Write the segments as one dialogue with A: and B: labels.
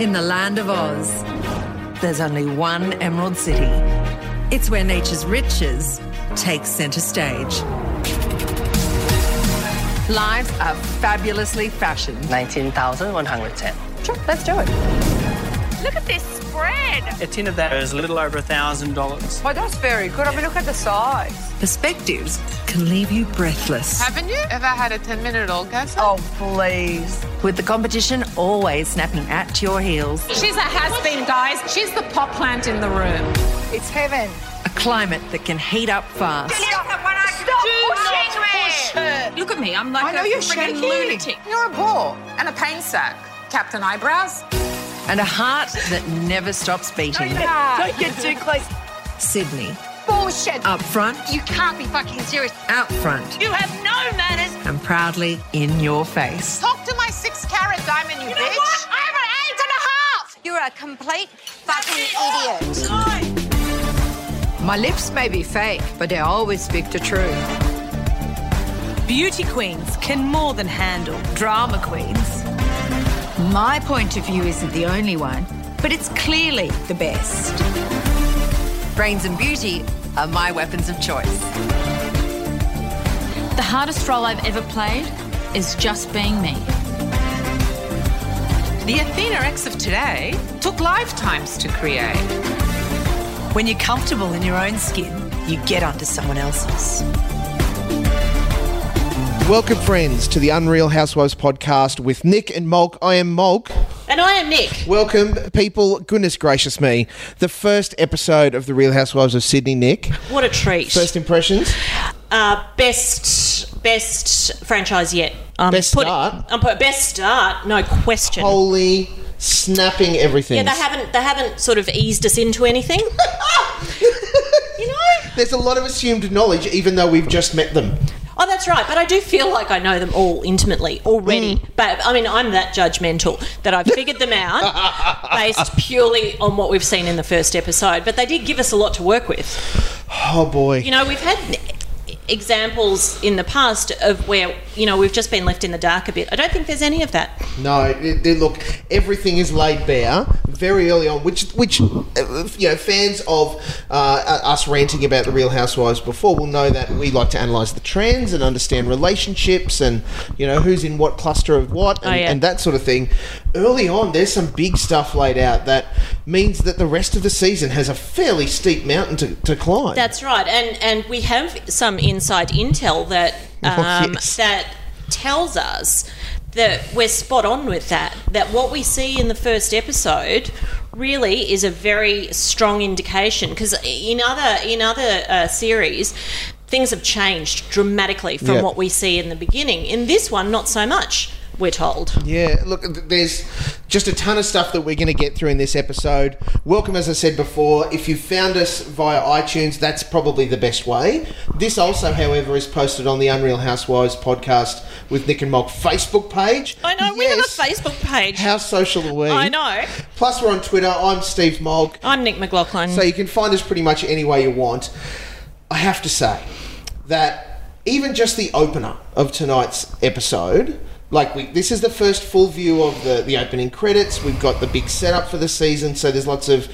A: in the land of Oz. There's only one Emerald City. It's where nature's riches take centre stage. Lives are fabulously fashioned.
B: 19,110.
C: Sure, let's do it.
D: Look at this spread.
E: A tin of that is a little over a thousand dollars.
C: Oh, that's very good. I mean, look at the size.
A: Perspectives can leave you breathless.
F: Haven't you ever had a 10 minute orgasm?
C: Oh, please.
A: With the competition always snapping at your heels,
D: She's a has been, guys. She's the pot plant in the room.
C: It's heaven.
A: a climate that can heat up fast.
C: Stop
D: pushing Look at me. I'm like
C: I know
D: a
C: you're
D: friggin'
C: shaking.
D: lunatic.
F: You're a bore and a pain sack. Captain Eyebrows?
A: and a heart that never stops beating.
C: Don't get too close.
A: Sydney,
D: Bullshit.
A: up front,
D: You can't be fucking serious.
A: out front,
D: You have no manners.
A: and proudly in your face.
F: Talk to my six carat diamond, you,
D: You know
F: bitch.
D: what? I'm an eight and a half.
G: You're a complete fucking idiot.
H: My lips may be fake, but they always speak the truth.
I: Beauty queens can more than handle drama queens.
H: My point of view isn't the only one, but it's clearly the best.
A: Brains and beauty are my weapons of choice.
J: The hardest role I've ever played is just being me.
F: The Athena X of today took lifetimes to create.
I: When you're comfortable in your own skin, you get onto someone else's.
K: Welcome, friends, to the Unreal Housewives podcast with Nick and Mulk. I am Mulk.
D: And I am Nick.
K: Welcome, people. Goodness gracious me. The first episode of The Real Housewives of Sydney, Nick.
D: What a treat.
K: First impressions?
D: uh, best best franchise yet. Um,
K: Best
D: put-
K: start.
D: I'm put best start, no question.
K: Holy snapping everything.
D: yeah, they haven't they haven't sort of eased us into anything. you know.
K: There's a lot of assumed knowledge, even though we've just met them.
D: Oh, that's right. But I do feel like I know them all intimately already.
K: Hmm.
D: But I mean, I'm that judgmental that I've figured them out based purely on what we've seen in the first episode. But they did give us a lot to work with.
K: Oh, boy.
D: You know, we've had examples in the past of where you know we've just been left in the dark a bit. I don't think there's any of that.
K: No, it, it- look, everything is laid bare very early on, which which uh, you know fans of uh, us ranting about the Real Housewives before will know that we like to analyse the trends and understand relationships and you know who's in what cluster of what and,
D: Oh, yeah.
K: and that sort of thing. Early on, there's some big stuff laid out that means that the rest of the season has a fairly steep mountain to, to climb.
D: That's right, and and we have some inside intel that um,
K: Oh, yes.
D: that tells us that we're spot on with that. That what we see in the first episode really is a very strong indication because in other in other uh, series. Things have changed dramatically from
K: Yeah.
D: what we see in the beginning. In this one, not so much, we're told.
K: Yeah, look, th- there's just a ton of stuff that we're going to get through in this episode. Welcome, as I said before. If you found us via iTunes, that's probably the best way. This also, however, is posted on the Unreal Housewives podcast with Nick and Mock Facebook page.
D: I know, we have a
K: Yes.
D: Facebook page.
K: How social are we?
D: I know.
K: Plus, we're on Twitter. I'm Steve Mogg.
D: I'm Nick McLaughlin.
K: So you can find us pretty much any way you want. I have to say that even just the opener of tonight's episode, like we, this is the first full view of the, the opening credits. We've got the big setup for the season, so there's lots of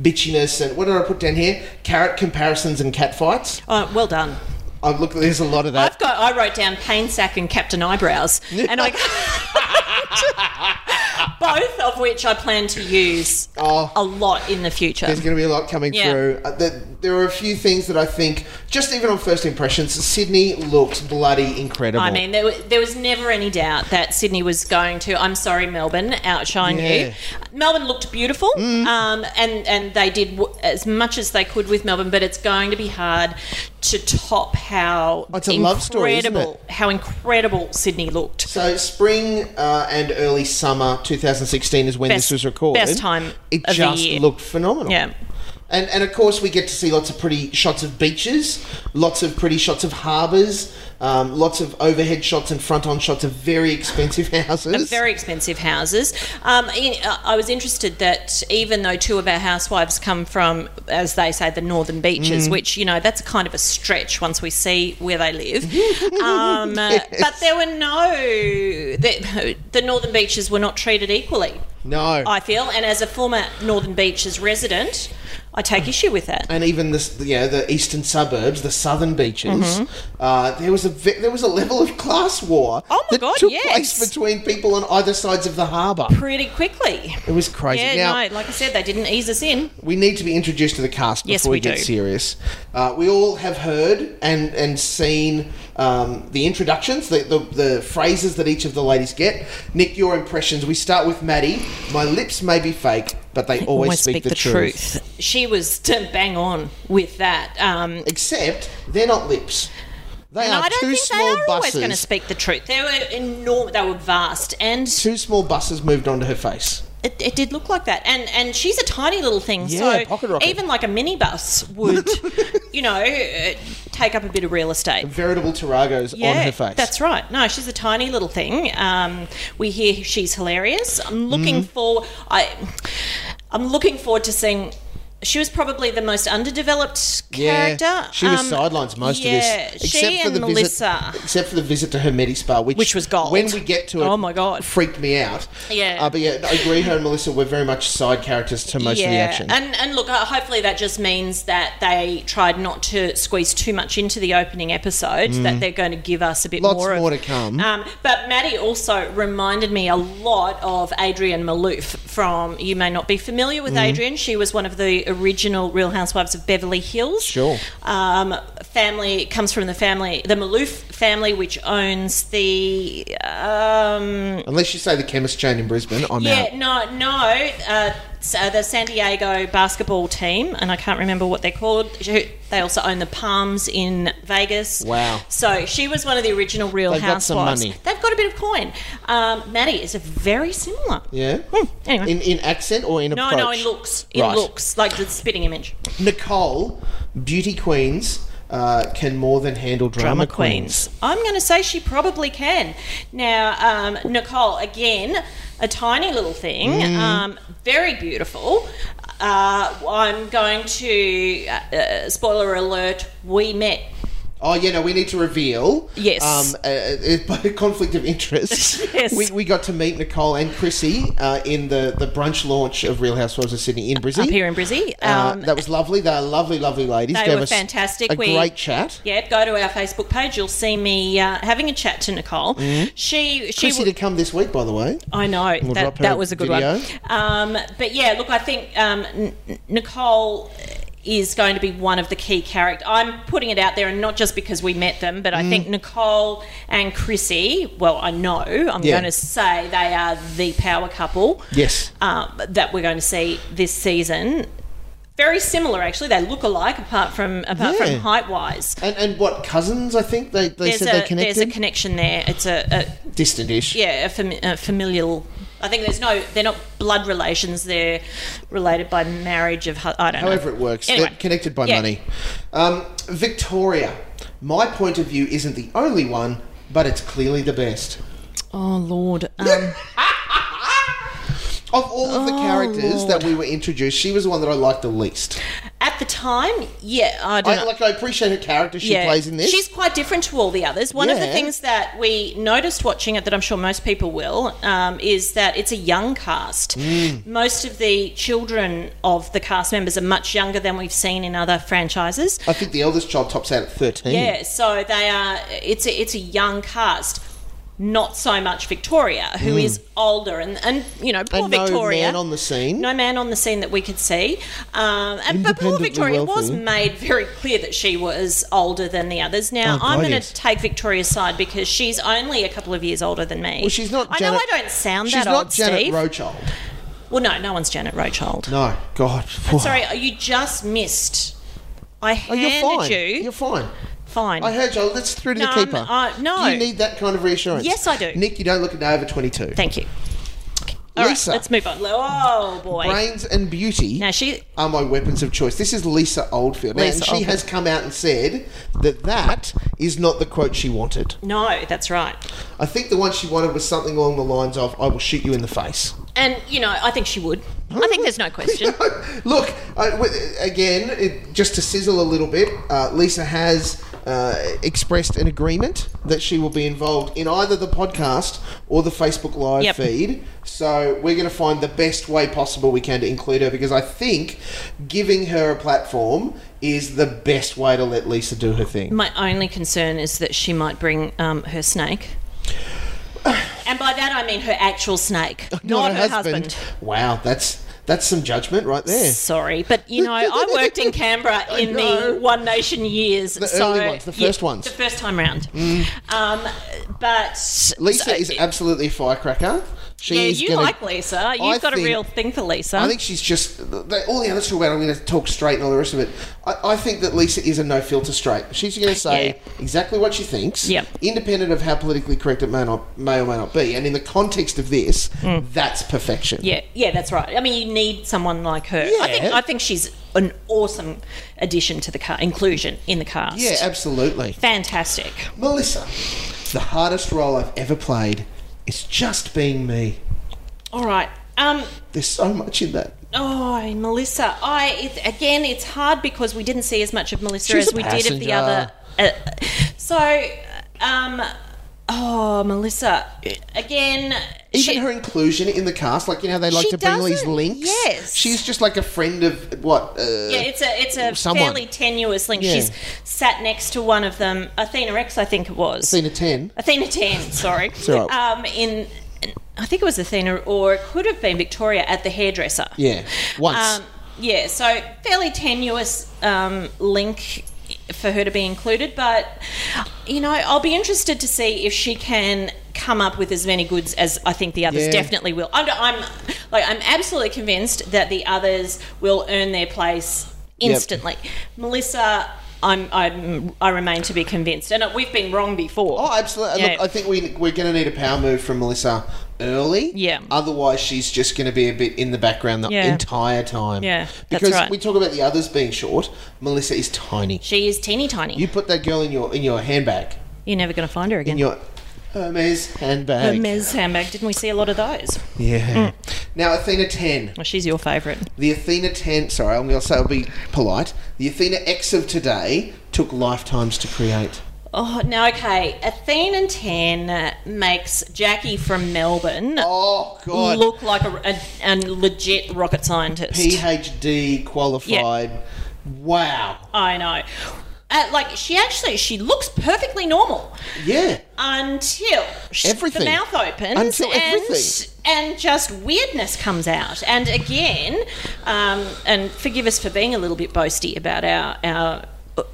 K: bitchiness and what did I put down here? Carrot comparisons and cat fights.
D: oh, well done.
K: I look, there's a lot of that.
D: I've got. I wrote down pain sack and Captain Eyebrows, and I both of which I plan to use
K: Oh.
D: a lot in the future.
K: There's going to be a lot coming
D: Yeah.
K: through. Uh, there, there are a few things that I think, just even on first impressions, Sydney looked bloody incredible.
D: I mean, there, wa- there was never any doubt that Sydney was going to. I'm sorry, Melbourne, outshine
K: Yeah. Mm.
D: you. Melbourne looked beautiful, um, and and they did w- as much as they could with Melbourne, but it's going to be hard to top how
K: It's a love story, isn't
D: incredible- how incredible Sydney looked.
K: So spring uh, and early summer 2016 is when
D: Best-
K: this was recorded.
D: best time
K: It
D: of the
K: just
D: year.
K: looked phenomenal.
D: Yeah.
K: And and of course we get to see lots of pretty shots of beaches, lots of pretty shots of harbours, um, lots of overhead shots and front on shots of very expensive houses.
D: Very expensive houses. Um, in, uh, I was interested that even though two of our housewives come from, as they say, the northern beaches,
K: Mm.
D: which you know that's kind of a stretch once we see where they live. uh, um, But there were no the, the northern beaches were not treated equally.
K: No.
D: I feel, and as a former Northern Beaches resident, I take
K: Mm.
D: issue with that.
K: and even this, you know, the eastern suburbs, the southern beaches, uh, there was a ve- there was a level of class war
D: Mm-hmm. Oh my
K: that
D: God,
K: took
D: yes.
K: place between people on either sides of the harbour.
D: Pretty quickly.
K: It was crazy.
D: Yeah,
K: now
D: no, like I said, they didn't ease us in.
K: we need to be introduced to the cast before
D: Yes,
K: we,
D: we
K: get
D: do.
K: serious. Uh, we all have heard and and seen um, the introductions, the, the the phrases that each of the ladies get. Nick, your impressions. We start with Maddie. My lips may be fake, but they always, speak, the, truth.
D: She was to bang on with that. Um,
K: Except they're not lips. They
D: and
K: are
D: I don't
K: two
D: think they
K: small
D: are always
K: buses.
D: going to speak the truth. They were enormous. They were vast, and
K: two small buses moved onto her face.
D: it, it did look like that. And and she's a tiny little thing,
K: Yeah,
D: so
K: pocket rocket.
D: even like a minibus would, you know, uh, take up a bit of real estate.
K: Veritable Taragos on her face.
D: That's right. No, she's a tiny little thing. Um, we hear she's hilarious. I'm looking
K: Mm-hmm.
D: for I I'm looking forward to seeing she was probably the most underdeveloped
K: Yeah,
D: character.
K: she was
D: Um,
K: sidelines most
D: yeah,
K: of this.
D: she and Melissa.
K: Visit, except for the visit to her med spa, which,
D: Which was gold.
K: When we get to it,
D: Oh my God.
K: freaked me out.
D: Yeah.
K: Uh, but yeah, I agree. Her and Melissa were very much side characters to most of the action.
D: And and look, uh, hopefully that just means that they tried not to squeeze too much into the opening episode. That they're going to give us a bit
K: Mm. Lots
D: more. of-
K: more to come.
D: Um, but Maddie also reminded me a lot of Adrian Malouf from. You may not be familiar
K: Mm.
D: with Adrian. She was one of the original Real Housewives of Beverly Hills.
K: Sure.
D: Um, family comes from the family, the Malouf family, which owns the. Um,
K: Unless you say the chemist chain in Brisbane, I'm out.
D: yeah, no, no. Uh, s- uh, the San Diego basketball team, and I can't remember what they're called. who- They also own the Palms in Vegas.
K: Wow.
D: So she was one of the original Real
K: They've got
D: Housewives.
K: some money.
D: They've got a bit of coin. Um, Maddie is a very similar.
K: Yeah.
D: Anyway.
K: In in accent or in
D: Hmm. no,
K: approach?
D: no, in looks. In
K: Right.
D: looks. Like the spitting image.
K: Nicole, beauty queens. Uh, can more than handle drama,
D: drama queens. I'm going to say she probably can. Now, um, Nicole, again, a tiny little thing,
K: Mm.
D: um, very beautiful. Uh, I'm going to, uh, uh, spoiler alert, we met.
K: Oh yeah, no, we need to reveal.
D: Yes.
K: Um, uh, it, by conflict of interest.
D: Yes.
K: We, we got to meet Nicole and Chrissy uh, in the, the brunch launch of Real Housewives of Sydney in Brisbane.
D: Up here in Brisbane.
K: Uh,
D: Um,
K: that was lovely. They are lovely, lovely ladies.
D: They
K: Gave
D: were
K: us
D: fantastic.
K: A
D: We-
K: great chat.
D: Yeah, go to our Facebook page. You'll see me uh, having a chat to Nicole. She, she,
K: Mm. Chrissy
D: w- Oh.
K: to come this week, by the way.
D: I know
K: We'll drop
D: that,
K: her
D: that was a good
K: video.
D: one. Um, but yeah, look, I think um, N- N- Nicole is going to be one of the key characters. I'm putting it out there, and not just because we met them, but I
K: Mm.
D: think Nicole and Chrissy. Well, I know I'm
K: Yeah.
D: going to say they are the power couple.
K: Yes.
D: um, that we're going to see this season. Very similar, actually. They look alike, apart from apart
K: Yeah.
D: from height wise.
K: And, and what cousins? I think they, they
D: There's
K: said they
D: a
K: connected.
D: there's a connection there. It's a, a
K: Distant-ish.
D: yeah, a, fam- a familial. I think there's no, they're not blood relations. They're related by marriage of. hu- I don't know.
K: However, it works. They're
D: Anyway.
K: connected by
D: Yeah.
K: money. Um, Victoria, my point of view isn't the only one, but it's clearly the best.
D: Oh Lord. Um,
K: Of all of the characters that
D: Oh.
K: we were introduced, she was the one that I liked the least.
D: at the time, yeah, I don't.
K: I,
D: know.
K: like, I appreciate her character she
D: yeah.
K: plays in this.
D: She's quite different to all the others. One of the
K: Yeah.
D: things that we noticed watching it, that I'm sure most people will, um, is that it's a young cast.
K: Hmm.
D: Most of the children of the cast members are much younger than we've seen in other franchises.
K: I think the eldest child tops out at thirteen.
D: Yeah, so they are. It's a, it's a young cast. Not so much Victoria, who is older, and and you know poor
K: Hmm. and no
D: Victoria.
K: man on the scene.
D: no man on the scene that we could see. Um, and, but poor
K: Independently
D: Victoria it was
K: wealthy.
D: made very clear that she was older than the others. Now,
K: Oh, God,
D: I'm going to
K: yes.
D: take Victoria's side because she's only a couple of years older than me.
K: Well, she's not.
D: I
K: Janet,
D: know I don't sound
K: she's
D: that
K: not
D: old,
K: Janet
D: Steve.
K: Roachold.
D: well, no, no one's Janet Roachold.
K: No, God.
D: Sorry, you just missed. I
K: Oh,
D: handed
K: you're fine.
D: you.
K: are fine.
D: fine.
K: I heard you. Let's through to
D: No,
K: the
D: I'm-
K: keeper.
D: uh, no.
K: You need that kind of reassurance.
D: Yes, I do.
K: Nick, you don't look a day over twenty-two.
D: Thank you. All right,
K: Lisa.
D: let's move on. Oh boy.
K: Brains and beauty.
D: Now she
K: are my weapons of choice. This is Lisa Oldfield. Now,
D: Lisa
K: and she
D: Oldfield.
K: has come out and said that that is not the quote she wanted.
D: no, that's right.
K: I think the one she wanted was something along the lines of, I will shoot you in the face.
D: And you know, I think she would. I think there's no question.
K: Look, I, w- again, it, just to sizzle a little bit, uh, Lisa has uh, expressed an agreement that she will be involved in either the podcast or the Facebook Live
D: Yep.
K: feed. So we're going to find the best way possible we can to include her because I think giving her a platform is the best way to let Lisa do her thing.
D: My only concern is that she might bring um, her snake. And by that I mean her actual snake, not, her husband.
K: Wow, that's that's some judgment right there.
D: Sorry, but you know I worked in Canberra in the One Nation years,
K: The
D: so
K: early ones, the first ones. Mm.
D: the first time round. Um, but
K: Lisa
D: so-
K: is absolutely a firecracker. She
D: yeah,
K: is
D: you
K: gonna-
D: like Lisa. You've
K: I
D: got a
K: think-
D: real thing for Lisa.
K: I think she's just they, all the other two. Well, I'm going to talk straight and all the rest of it. I, I think that Lisa is a no filter straight. She's going to say exactly what she thinks,
D: Yep.
K: independent of how politically correct it may not may or may not be. And in the context of this, that's perfection.
D: Mm. Yeah, yeah, that's right. I mean, you need someone like her. I think
K: Yeah.
D: I think she's an awesome addition to the car inclusion in the cast.
K: yeah, absolutely.
D: fantastic.
K: Melissa, the hardest role I've ever played is just being me.
D: All right. Um.
K: There's so much in that.
D: Oh, Melissa. I it, again. It's hard because we didn't see as much of Melissa
K: She's
D: as
K: a
D: we did of the
K: passenger.
D: other. Uh, so, um. Oh, Melissa. Again.
K: Even
D: she-
K: her inclusion in the cast, like you know, how they like
D: She
K: to bring all these
D: doesn't-
K: links.
D: yes.
K: she's just like a friend of what? Uh,
D: Yeah, it's a it's a
K: someone.
D: fairly tenuous link.
K: Yeah.
D: She's sat next to one of them, Athena Rex, I think it was.
K: Athena ten.
D: Athena 10, sorry.
K: all right.
D: um, in, I think it was Athena, or it could have been Victoria at the hairdresser.
K: Yeah, once.
D: Um, yeah, so fairly tenuous um, link for her to be included, but, you know, I'll be interested to see if she can come up with as many goods as I think the others
K: Yeah.
D: definitely will. I'm, I'm, like, I'm absolutely convinced that the others will earn their place instantly. Melissa. I'm, I'm, I remain to be convinced, and uh, we've been wrong before.
K: Oh, absolutely.
D: Yeah.
K: Look, I think we, we're going to need a power move from Melissa early.
D: Yeah.
K: Otherwise, she's just going to be a bit in the background the
D: Yeah.
K: entire time.
D: Yeah, that's
K: Because
D: right.
K: we talk about the others being short. Melissa is tiny.
D: She is teeny tiny.
K: You put that girl in your in your handbag,
D: You're never going to find her
K: in
D: again.
K: your Hermes handbag.
D: Hermes Mm. handbag. Didn't we see a lot of those?
K: Yeah. Now Athena ten.
D: Well, she's your favourite.
K: The Athena ten. Sorry, I'm going to say I'll be polite. The Athena X of today took lifetimes to create.
D: Oh, no, okay. Athena and 10 makes Jackie from Melbourne
K: Oh God.
D: look like a, a, a legit rocket scientist.
K: PhD qualified. Wow.
D: I know. Uh, like, she actually, she looks perfectly normal
K: Yeah.
D: until sh-
K: Everything.
D: the mouth opens
K: Until
D: and,
K: everything.
D: and just weirdness comes out. And again, um, and forgive us for being a little bit boasty about our. our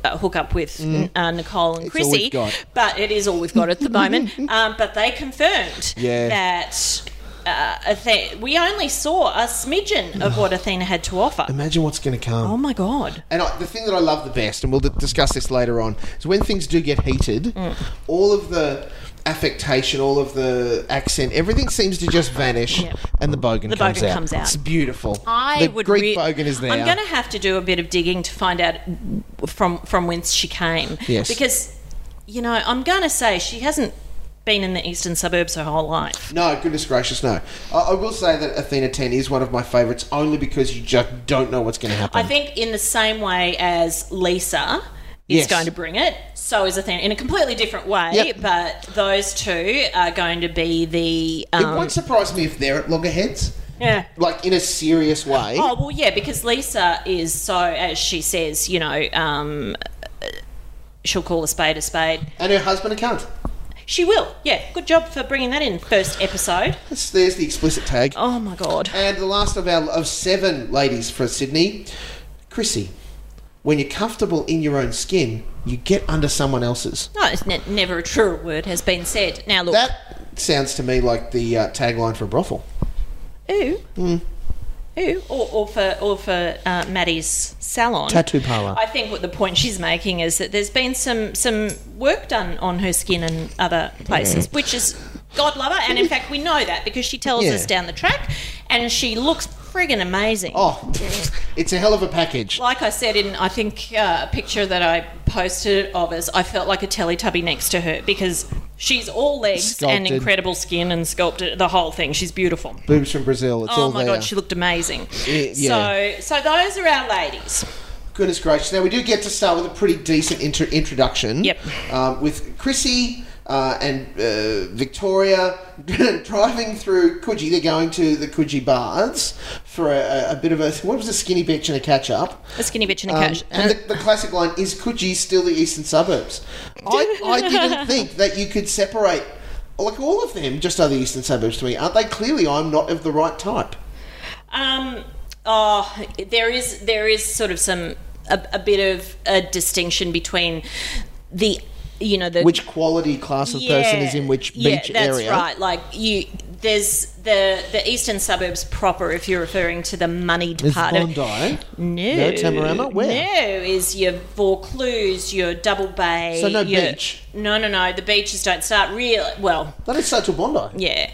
D: uh, hookup with uh, Nicole
K: Mm.
D: and
K: It's all
D: Chrissy,
K: we've got.
D: but it is all we've got at the moment. Um, but they confirmed
K: Yeah.
D: that uh, Athe- we only saw a smidgen of what Athena had to offer.
K: Imagine what's going to come.
D: Oh my god!
K: And I, the thing that I love the best, and we'll d- discuss this later on, is when things do get heated,
D: Mm.
K: all of the affectation, all of the accent, everything seems to just vanish,
D: Yep.
K: and the bogan,
D: The
K: comes,
D: bogan
K: out.
D: comes out.
K: It's beautiful.
D: I
K: the
D: would
K: Greek
D: re-
K: bogan is there.
D: I'm going to have to do a bit of digging to find out from from whence she came.
K: Yes.
D: because you know I'm going to say she hasn't been in the eastern suburbs her whole life.
K: No, goodness gracious, no. I, I will say that Athena 10 is one of my favourites only because you just don't know what's going to happen.
D: I think in the same way as Lisa. Is
K: Yes.
D: going to bring it. So is Athena in a completely different way,
K: Yep.
D: but those two are going to be the.
K: it
D: Um,
K: won't surprise me if they're at loggerheads,
D: yeah.
K: like in a serious way.
D: Oh well, yeah, because Lisa is so, as she says, you know, um, uh, she'll call a spade a spade.
K: And her husband a cunt.
D: She will. Yeah, good job for bringing that in first episode.
K: That's- There's the explicit tag.
D: Oh my god.
K: And the last of our of seven ladies for Sydney, Chrissy. When you're comfortable in your own skin, you get under someone else's.
D: No, it's ne- never a truer word has been said. Now look.
K: That sounds to me like the uh, tagline for a brothel.
D: ooh. Ooh. Or, or for or for uh, Maddie's salon
K: Tattoo parlour.
D: I think what the point she's making is that there's been some some work done on her skin and other places, which is God love her. And in fact, we know that because she tells
K: Yeah.
D: us down the track, and she looks friggin' amazing.
K: Oh, it's a hell of a package.
D: Like I said in, I think, uh, a picture that I posted of us, I felt like a Teletubby next to her because she's all legs and
K: Sculpted.
D: incredible skin and sculpted the whole thing. She's beautiful.
K: Boobs from Brazil. It's
D: oh
K: all
D: my
K: there.
D: God, she looked amazing.
K: Y- yeah.
D: So, so those are our ladies.
K: Goodness gracious. Now, we do get to start with a pretty decent inter- introduction.
D: Yep.
K: Um, with Chrissy uh, and uh, Victoria driving through Coogee. They're going to the Coogee Baths for a, a, a bit of a what was a skinny bitch and a catch up.
D: A skinny bitch in a
K: Um,
D: couch.
K: and the, the classic line is Coogee still the eastern suburbs? I, I didn't think that you could separate. Like all of them, just are the eastern suburbs to me, aren't they? Clearly, I'm not of the right type.
D: Um, oh, there is there is sort of some a, a bit of a distinction between the you know the
K: Which quality class of person is in which
D: yeah,
K: beach
D: that's
K: area?
D: right. Like you, there's the the eastern suburbs proper. If you're referring to the moneyed
K: Is
D: part of
K: Bondi?
D: no,
K: No, Tamarama? Where?
D: No, is your Vaucluse, your Double Bay.
K: So no
D: your-
K: beach?
D: No, no, no. The beaches don't start real. Well,
K: That is such a Bondi.
D: yeah.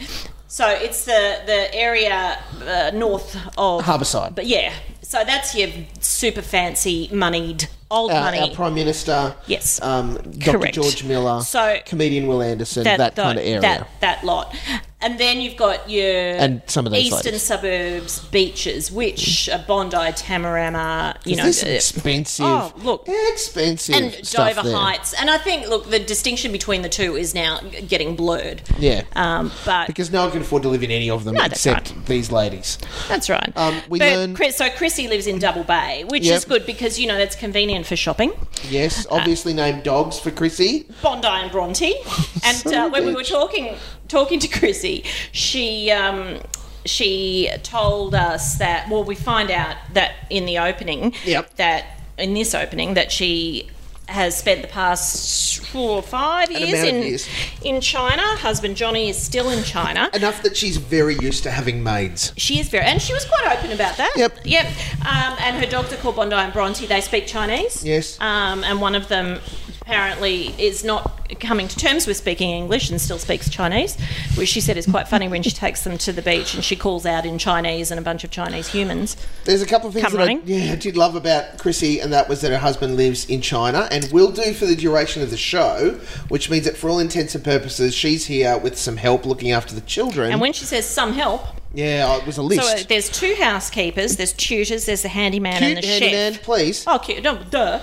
D: So it's the the area uh, north of
K: Harbourside.
D: But yeah, so that's your super fancy moneyed old
K: our,
D: money.
K: our Prime Minister,
D: Yes.
K: um, Dr.
D: Correct.
K: George Miller,
D: So-
K: comedian Will Anderson, that, kind of area.
D: That, that lot. And then you've got your
K: And some of those
D: eastern
K: ladies. Hmm.
D: suburbs beaches, which are Bondi, Tamarama, you
K: Is
D: know,
K: this
D: uh,
K: expensive,
D: Oh, look.
K: expensive
D: and
K: stuff
D: Dover
K: there.
D: Heights. And I think, look, the distinction between the two is now getting blurred.
K: Yeah,
D: Um, but
K: because no one can afford to live in any of them
D: No, that's
K: except these ladies.
D: That's right.
K: Um, we
D: but
K: learn-
D: Chris, so Chrissy lives in Double Bay, which
K: Yep.
D: is good because you know that's convenient for shopping.
K: Yes,
D: Uh,
K: obviously named dogs for Chrissy.
D: Bondi and Bronte.
K: Oh,
D: And
K: Son of
D: uh,
K: a
D: when we
K: bitch.
D: were talking talking to Chrissy, she um, she told us that well, we find out that in the opening,
K: Yep.
D: that in this opening that she has spent the past four or five years
K: amount of
D: in
K: years.
D: in China. Husband Johnny is still in China.
K: Enough that she's very used to having maids.
D: She is very, and she was quite open about that.
K: Yep.
D: Yep. Um, and her dogs are called Bondi and Bronte. They speak Chinese.
K: Yes.
D: Um, and one of them apparently is not coming to terms with speaking English and still speaks Chinese, which she said is quite funny when she takes them to the beach and she calls out in Chinese and a bunch of Chinese humans.
K: There's a couple of things
D: Come
K: that I,
D: running.
K: yeah, I did love about Chrissy, and that was that her husband lives in China and will do for the duration of the show, which means that for all intents and purposes, she's here with some help looking after the children.
D: And when she says some help,
K: yeah, it was a list.
D: so uh, there's two housekeepers, there's tutors, there's the handyman
K: Cute
D: and the
K: handyman,
D: chef.
K: please,
D: Oh, cute. No, duh.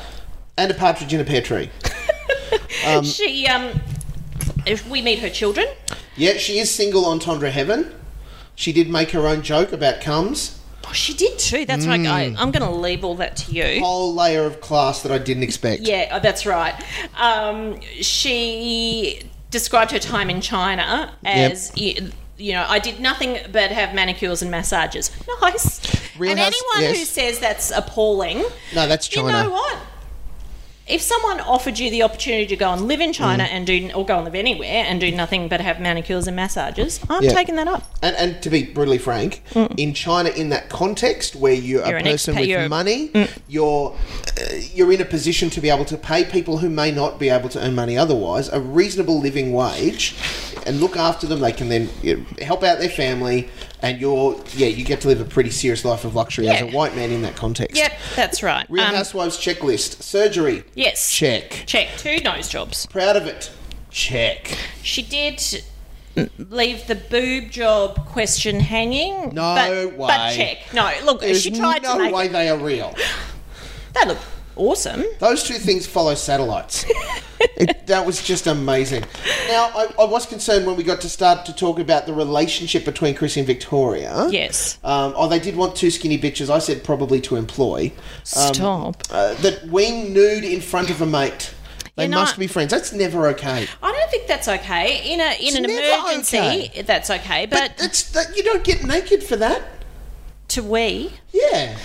K: and a partridge in a pear tree.
D: she, um, if we meet her children,
K: Yeah, she is single on Tondra Heaven. She did make her own joke about cums.
D: oh, she did too. That's
K: Hmm.
D: right. I, I'm going to leave all that to you.
K: Whole layer of class that I didn't expect.
D: Yeah, oh, that's right. Um, she described her time in China as. You, you know, I did nothing but have manicures and massages. Nice.
K: Real
D: and
K: House-
D: anyone who
K: yes.
D: says that's appalling,
K: No, that's
D: you
K: China.
D: know what? If someone offered you the opportunity to go and live in China
K: Mm.
D: and do, or go and live anywhere and do nothing but have manicures and massages, I'm
K: Yeah.
D: taking that up.
K: And, and to be brutally frank, in China, in that context where you are
D: Mm. You're
K: a
D: an
K: person
D: expat,
K: with
D: you're- Mm.
K: money, you're uh, you're in a position to be able to pay people who may not be able to earn money otherwise a reasonable living wage, and look after them. They can then you know, help out their family, and you're yeah you get to live a pretty serious life of luxury as a
D: Yeah.
K: white man in that context.
D: Yep, that's right.
K: Real
D: Um,
K: Housewives checklist surgery.
D: yes.
K: Check.
D: Check two nose jobs.
K: Proud of it. Check.
D: She did leave the boob job question hanging.
K: No
D: but, But
K: way.
D: check. No, look,
K: There's
D: she tried
K: no
D: to make
K: way
D: it.
K: they are real.
D: They look awesome.
K: Those two things follow satellites. it, that was just amazing. Now, I, I was concerned when we got to start to talk about the relationship between Chris and Victoria.
D: Yes.
K: Um, oh, they did want two skinny bitches. I said probably to employ. Um,
D: Stop.
K: Uh, that wing nude in front of a mate. They
D: You know,
K: must
D: I-
K: be friends. That's never okay.
D: I don't think that's okay. In a in an
K: never
D: emergency,
K: okay.
D: that's okay.
K: But
D: But,
K: it's that you don't get naked for that.
D: to we,
K: Yeah.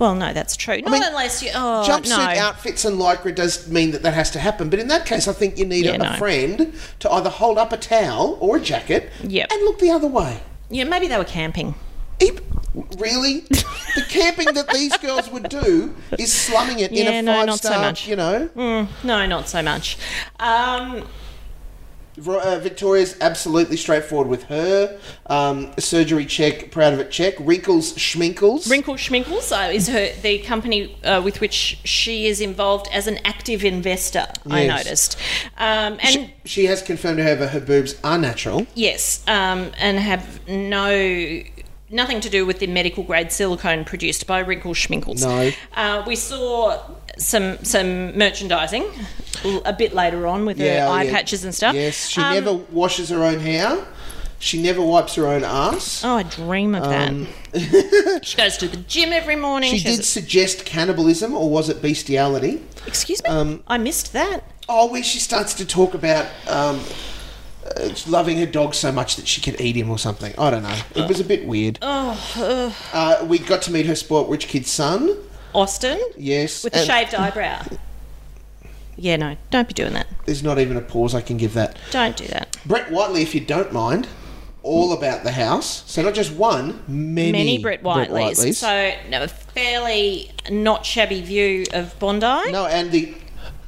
D: well, no, that's true. Not
K: mean,
D: unless you. Oh
K: Jumpsuit
D: no.
K: outfits and lycra does mean that that has to happen, but in that case, I think you need
D: Yeah,
K: a, a
D: no.
K: friend to either hold up a towel or a jacket
D: Yep.
K: and look the other way.
D: Yeah, maybe they were camping.
K: Eep. Really? the camping that these girls would do is slumming it in
D: Yeah,
K: a
D: no,
K: five
D: not so
K: star,
D: much.
K: you know.
D: No, not so much. Um,
K: Ro- uh, Victoria's absolutely straightforward with her. Um, surgery check, proud of it check. Wrinkles, schminkles.
D: Wrinkle Schminkles uh, is her the company uh, with which she is involved as an active investor. I
K: Yes.
D: noticed, um, and
K: She, she has confirmed, however, her boobs are natural.
D: Yes, um, and have no nothing to do with the medical grade silicone produced by Wrinkle Schminkles.
K: No.
D: Uh, we saw some some merchandising l- a bit later on with her
K: oh,
D: eye patches and stuff.
K: Yes, she
D: Um,
K: never washes her own hair. She never wipes her own ass.
D: Oh, I dream of that. she goes to the gym every morning.
K: Um, She
D: has
K: did
D: a-
K: suggest cannibalism, or was it bestiality?
D: Excuse me?
K: Um,
D: I missed that.
K: Oh, where she starts to talk about um, uh, loving her dog so much that she could eat him or something. I don't know. It was a bit weird.
D: Oh, ugh.
K: Uh, we got to meet her sport rich kid's son.
D: Austin
K: Yes.
D: with the
K: and
D: shaved eyebrow. Yeah, no, don't be doing that.
K: There's not even a pause I can give that.
D: Don't do that.
K: Brett Whiteley, if you don't mind, all about the house. So not just one, many,
D: Many, Brett Whiteleys. So, no, a fairly not shabby view of Bondi.
K: No, and the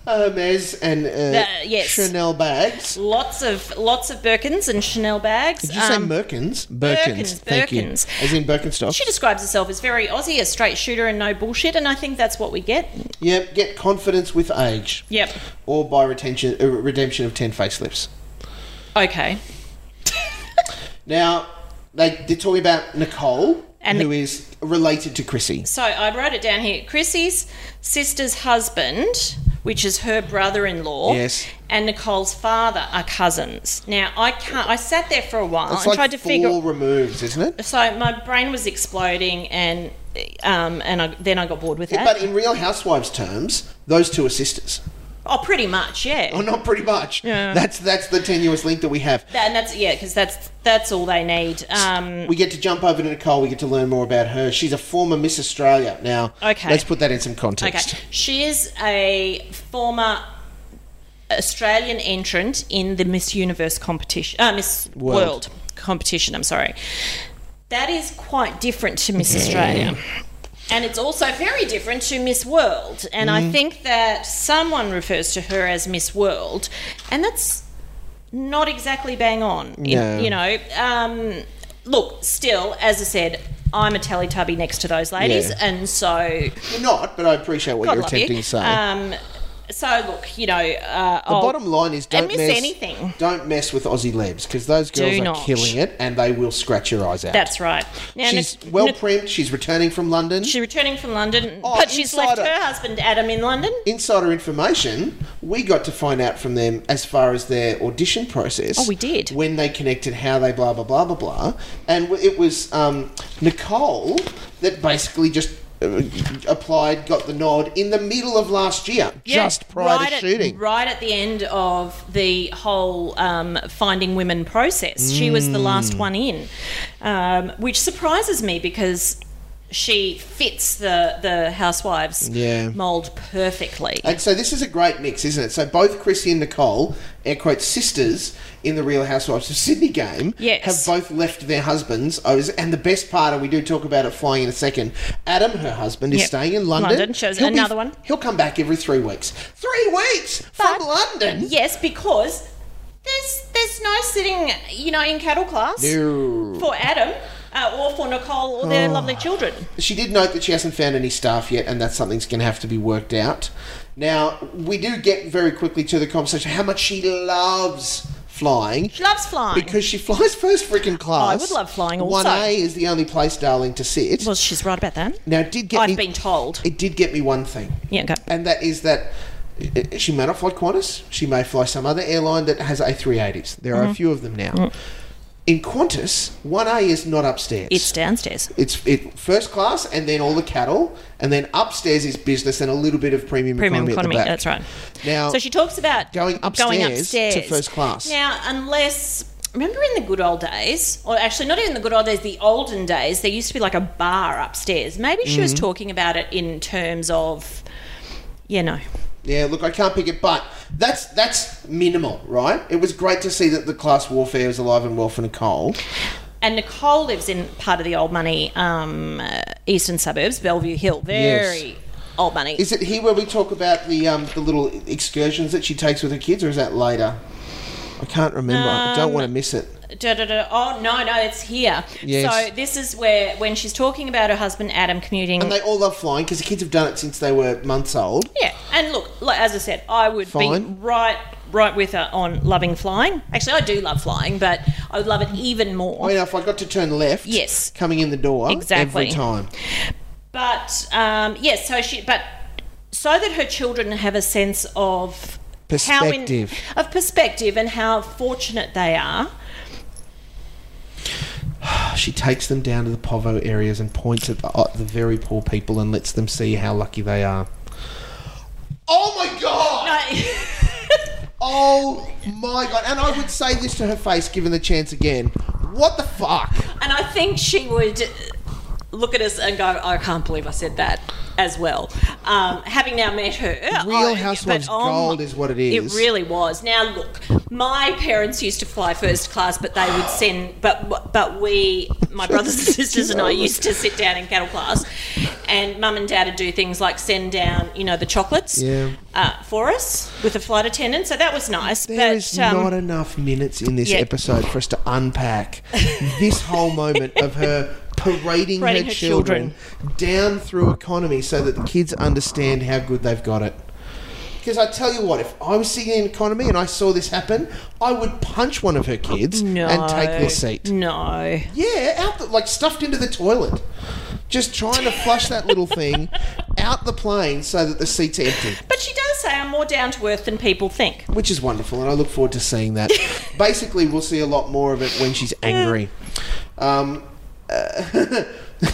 K: Hermes and uh,
D: The- yes.
K: Chanel bags.
D: Lots of lots of Birkins and Chanel bags.
K: Did you say Merkins?
D: Birkins,
K: Birkins. Thank you.
D: Birkins.
K: As in Birkenstock.
D: um, She describes herself as very Aussie, a straight shooter and no bullshit, and I think that's what we get.
K: Yep. Get confidence with age.
D: Yep.
K: Or by retention, uh, redemption of ten facelifts.
D: Okay.
K: Now they they're talking about Nicole,
D: And
K: who is related to Chrissy.
D: So I wrote it down here. Chrissy's sister's husband, which is her brother-in-law,
K: Yes.
D: and Nicole's father are cousins. Now I can't. I sat there for a while
K: It's
D: and
K: like
D: tried to
K: four
D: figure.
K: removes, isn't it?
D: So my brain was exploding, and um, and I, then I got bored with that.
K: But in Real Housewives terms, those two are sisters.
D: oh, pretty much, yeah.
K: Oh, not pretty much.
D: Yeah.
K: That's that's the tenuous link that we have.
D: That- and that's yeah, because that's that's all they need. Um,
K: We get to jump over to Nicole. We get to learn more about her. She's a former Miss Australia. Now,
D: Okay.
K: let's put that in some
D: okay,
K: context.
D: she is a former Australian entrant in the Miss Universe competition, uh, Miss
K: World.
D: World competition. I'm sorry, that is quite different to Miss Australia. And it's also very different to Miss World. And I
K: Mm.
D: think that someone refers to her as Miss World. And that's not exactly bang on. in-
K: No.
D: you know, um, look, still, as I said, I'm a Teletubby next to those ladies.
K: Yeah.
D: And so,
K: You're not, but I appreciate what
D: God
K: you're
D: love you.
K: attempting to say.
D: Um, so, look, you know, uh,
K: the bottom line is don't
D: miss
K: mess,
D: anything.
K: Don't mess with Aussie Lebs because those girls
D: Do
K: are
D: not.
K: killing it and they will scratch your eyes out.
D: That's right. Now,
K: she's
D: Nic-
K: well
D: Nic-
K: primed. She's returning from London.
D: She's returning from London,
K: Oh,
D: but she's left
K: insider.
D: her husband Adam in London.
K: Insider information we got to find out from them as far as their audition process.
D: Oh, we did.
K: When they connected, how they blah blah blah blah blah, and w- it was um, Nicole that basically just uh, applied, got the nod in the middle of last year,
D: Yeah,
K: just prior
D: right
K: to
D: at-
K: shooting.
D: right at the end of the whole um, finding women process. She was the
K: Mm.
D: last one in, um, which surprises me because she fits the the housewives
K: Yeah.
D: mold perfectly.
K: And so this is a great mix, isn't it? So both Chrissy and Nicole, air quotes sisters, in the Real Housewives of Sydney game,
D: Yes.
K: have both left their husbands. Oh, is- And the best part, and we do talk about it flying in a second. Adam, her husband, is
D: Yep.
K: staying in London.
D: London, shows
K: be-
D: another one.
K: He'll come back every three weeks. Three weeks from London.
D: Yes, because there's there's no sitting, you know, in cattle class
K: No.
D: for Adam uh, or for Nicole or
K: Oh.
D: their lovely children.
K: She did note that she hasn't found any staff yet, and that's something's going to have to be worked out. Now we do get very quickly to the conversation how much she loves flying.
D: She loves flying.
K: Because she flies first freaking class.
D: I would love flying
K: One
D: also.
K: A is the only place, darling, to sit.
D: well, she's right about that.
K: now, it did get
D: I've
K: me,
D: been told.
K: It did get me one thing,
D: yeah, go.
K: and that is that uh, she may not fly Qantas. She may fly some other airline that has A380s. There
D: Mm-hmm.
K: are a few of them now.
D: Mm.
K: In Qantas, one A is not upstairs.
D: It's downstairs.
K: It's it first class, and then all the cattle, and then upstairs is business and a little bit of premium,
D: Premium
K: economy.
D: economy.
K: At the back.
D: That's right.
K: Now,
D: So she talks about
K: Going upstairs to
D: upstairs.
K: first class.
D: Now, unless remember in the good old days, or actually not even the good old days, the olden days, there used to be like a bar upstairs. Maybe she
K: Mm.
D: was talking about it in terms of, you know,
K: Yeah, look, I can't pick it, but that's that's minimal, right? It was great to see that the class warfare is alive and well for Nicole.
D: and Nicole lives in part of the old money um, uh, eastern suburbs, Bellevue Hill, very
K: Yes.
D: old money.
K: Is it here where we talk about the um, the little excursions that she takes with her kids, or is that later? I can't remember. I don't
D: Um,
K: want to miss it.
D: da, da, da. Oh no, no, it's here.
K: Yes.
D: So this is where when she's talking about her husband Adam commuting.
K: And they all love flying because the kids have done it since they were months old.
D: Yeah, and look, like, as I said, I would
K: Fine.
D: be right, right with her on loving flying. Actually, I do love flying, but I would love it even more.
K: I mean, if I got to turn left,
D: Yes.
K: coming in the door
D: Exactly.
K: every time.
D: But um, yes, so she but so that her children have a sense of
K: Perspective.
D: how in, of perspective and how fortunate they are.
K: She takes them down to the Povo areas and points at the, uh, the very poor people and lets them see how lucky they are. Oh my god! Oh my god! And I would say this to her face, given the chance again. What the fuck?
D: And I think she would look at us and go, "I can't believe I said that." As well, um, having now met her,
K: Real
D: I-
K: Housewives
D: but, oh my-
K: gold is what it is.
D: It really was. Now look, my parents used to fly first class, but they would send. But but we, my brothers and sisters and I, used to sit down in cattle class, and mum and dad would do things like send down, you know, the chocolates
K: Yeah.
D: uh, for us with a flight attendant. So that was nice. but
K: There's
D: um,
K: not enough minutes in this
D: yeah.
K: episode for us to unpack this whole moment of her parading,
D: Parading
K: her,
D: her
K: children, down through economy so that the kids understand how good they've got it. Because I tell you what, if I was sitting in economy and I saw this happen, I would punch one of her kids and take their seat.
D: No.
K: Yeah, out the, like stuffed into the toilet. Just trying to flush that little thing out the plane so that the seat's empty.
D: But she does say I'm more down to earth than people think.
K: which is wonderful, and I look forward to seeing that. Basically, we'll see a lot more of it when she's angry. Um, uh,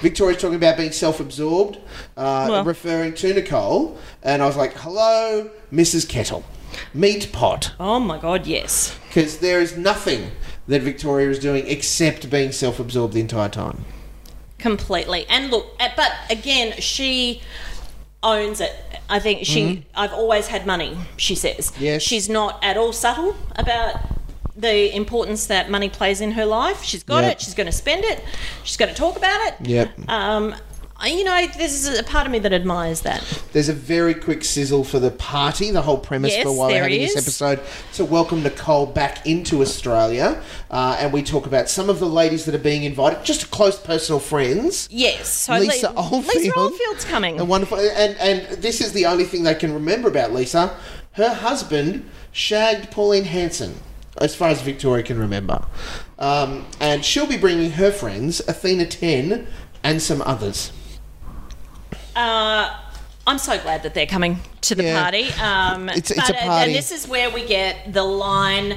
K: Victoria's talking about being self-absorbed, uh,
D: Well.
K: referring to Nicole, and I was like, "Hello, Mrs. Kettle, meat pot,"
D: Oh my god, yes.
K: because there is nothing that Victoria is doing except being self-absorbed the entire time.
D: completely and look uh, but again she owns it i think she
K: Mhm.
D: i've always had money she says
K: Yes.
D: she's not at all subtle about the importance that money plays in her life she's
K: Yep.
D: got
K: Mm.
D: it she's going to spend it she's going to talk about it
K: Yep.
D: um I- you know this is a part of me that admires that
K: There's a very quick sizzle for the party. The whole premise
D: Yes,
K: for why we're
D: there
K: having
D: is.
K: this episode to welcome Nicole back into Australia, uh, and we talk about some of the ladies that are being invited, just close personal friends.
D: yes so
K: Lisa
D: Le-
K: Oldfield.
D: lisa oldfield's coming
K: And wonderful, and and this is the only thing they can remember about Lisa. Her husband shagged Pauline Hanson, as far as Victoria can remember, um, and she'll be bringing her friends Athena Ten and some others.
D: uh, I'm so glad that they're coming to the
K: Yeah.
D: party. Um,
K: It's- it's
D: but,
K: a
D: uh,
K: party.
D: And this is where we get the line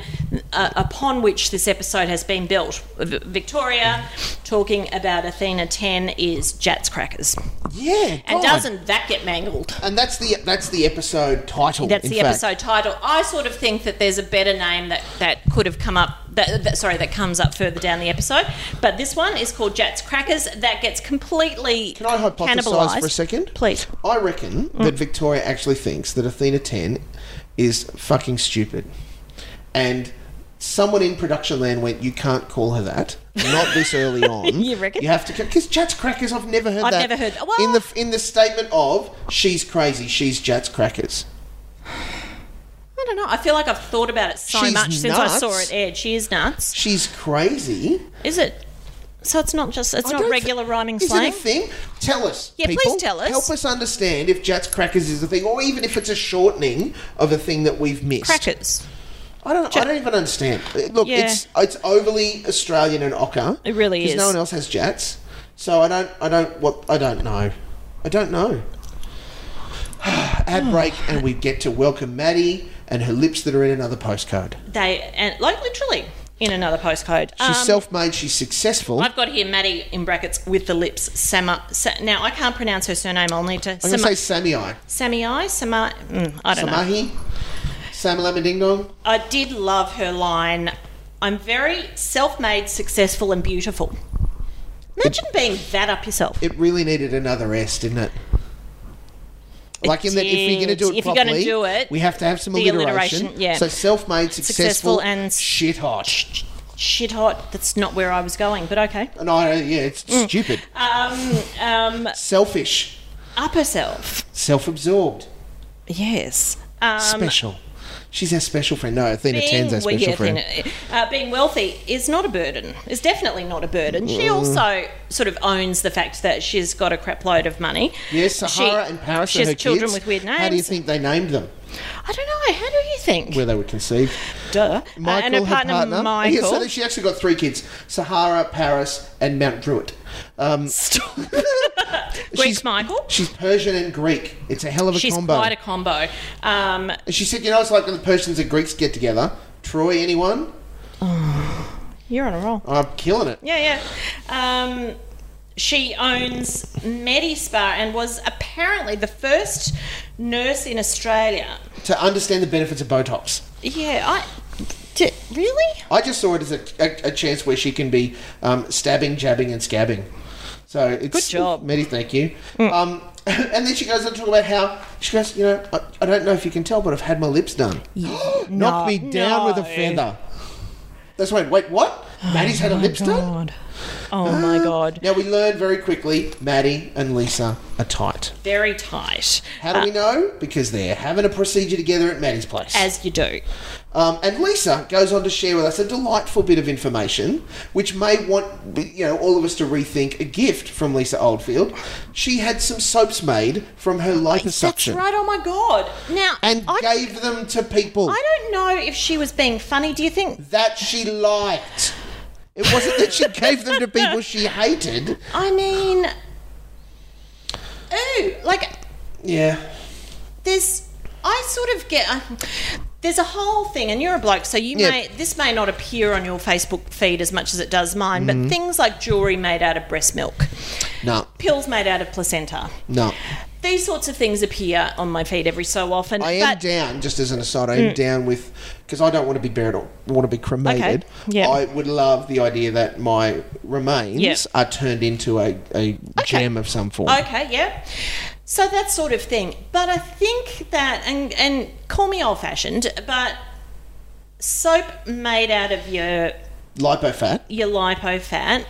D: uh, upon which this episode has been built. V- Victoria talking about Athena 10 is Jats Crackers.
K: Yeah, God.
D: And doesn't that get mangled?
K: And that's the that's the episode title.
D: That's
K: in
D: the
K: fact.
D: episode title. I sort of think that there's a better name that, that could have come up. That, that sorry, that comes up further down the episode. But this one is called Jats Crackers. That gets completely Can I
K: hypothesize for a second?
D: Please. Mm.
K: I reckon that Victoria actually thinks that Athena 10 is fucking stupid. And someone in production land went, You can't call her that. Not this early on. you reckon? You have to. Because Jats Crackers, I've never heard
D: I've
K: that.
D: never heard-
K: in, the, in the statement of, She's crazy, she's Jats Crackers.
D: I don't know. I feel like I've thought about it so
K: She's
D: much since I
K: nuts.
D: saw it aired. She is nuts.
K: She's crazy.
D: Is it? So it's not just it's
K: I
D: not
K: don't
D: regular rhyming
K: Is
D: slang.
K: it a thing? Tell us.
D: Yeah, please
K: people.
D: tell us.
K: Help us understand if Jats Crackers is a thing, or even if it's a shortening of a thing that we've missed.
D: Crackers.
K: I don't. I don't even understand. Uh, Look,
D: Yeah.
K: it's it's overly Australian and ochre. It
D: really is.
K: no one else has jets, so I don't. I don't. What I don't know. I don't know. Ad break, and we get to welcome Maddie and her lips that are in another postcode.
D: They and like literally in another postcode.
K: She's self-made. She's successful.
D: Um, I've got here Maddie in brackets with the lips Sama. Sa, now I can't pronounce her surname. I'll need to.
K: I'm going to say Sammy I.
D: Sami I Sama. Mm, I don't know.
K: Samahi. Sam Lama Ding Dong.
D: I did love her line. I'm very self-made, successful, and beautiful. Imagine being that up yourself.
K: It really needed another S, didn't it?
D: It
K: Like in that, if we're going to do
D: did.
K: it
D: If you're
K: properly,
D: gonna do it,
K: we have to have some
D: the
K: alliteration.
D: alliteration, yeah.
K: So self-made,
D: Successful
K: successful,
D: and-
K: shit hot.
D: Shit hot. That's not where I was going, but okay.
K: No, I don't- yeah, it's stupid.
D: Mm. Um, um,
K: Selfish,
D: up herself.
K: self-absorbed,
D: Yes. Um,
K: special. She's our special friend. No, Athena
D: being-
K: Tan's our
D: well,
K: special
D: yeah,
K: friend.
D: Athena, uh, being wealthy is not a burden. Is definitely not a burden. She
K: Mm.
D: also sort of owns the fact that she's got a crap load of money.
K: Yes,
D: She-
K: Sahara and Paris are
D: She has
K: her
D: children
K: kids.
D: with weird names.
K: How do you think they named them?
D: I don't know. How do you think?
K: Where they were conceived.
D: Duh. Uh,
K: Michael,
D: and her partner, Michael.
K: Yeah, so then she actually got three kids: Sahara, Paris, and Mount Druitt. Um, Stop.
D: Greek Michael.
K: She's Persian and Greek. It's a hell of a
D: She's
K: combo.
D: quite a combo. Um,
K: And she said, you know, it's like when the Persians and Greeks get together. Troy, anyone?
D: you're on a roll.
K: I'm killing it.
D: Yeah, yeah. Um, she owns Medispa and was apparently the first nurse in Australia.
K: To understand the benefits of Botox.
D: Yeah, I. d- really?
K: I just saw it as a, a, a chance where she can be um, stabbing, jabbing, and scabbing. So it's
D: Good job. Mm.
K: Many thank you. Um, and then she goes on to talk about how she goes, you know, I, I don't know if you can tell, but I've had my lips done. Knocked me down with a feather. That's right. Wait, what? Maddie's had her lips done.
D: Oh my god.
K: Now we learn very quickly. Maddie and Lisa are tight.
D: Very tight.
K: How do we know? Because they're having a procedure together at Maddie's place.
D: As you do.
K: Um, and Lisa goes on to share with us a delightful bit of information, which may want you know all of us to rethink a gift from Lisa Oldfield. She had some soaps made from her
D: That's
K: liposuction
D: right, oh my god. Now,
K: and
D: I,
K: gave them to people
D: I don't know if she was being funny. Do you think.
K: that she liked. It wasn't that she gave them to people she hated.
D: I mean. Ooh, like.
K: Yeah,
D: there's I sort of get uh, there's a whole thing, and you're a bloke, so you
K: Yeah.
D: may this may not appear on your Facebook feed as much as it does mine,
K: Mm-hmm.
D: but things like jewelry made out of breast milk,
K: no,
D: pills made out of placenta,
K: no.
D: these sorts of things appear on my feed every so often.
K: I am
D: but
K: down, just as an aside, I am
D: Mm.
K: down with because I don't want to be buried or want to be cremated.
D: yeah.
K: I would love the idea that my remains
D: Yeah.
K: are turned into a, a gem of some form.
D: Okay, yeah. So that sort of thing. But I think that and and call me old fashioned, but soap made out of your
K: Lipofat.
D: your lipo fat.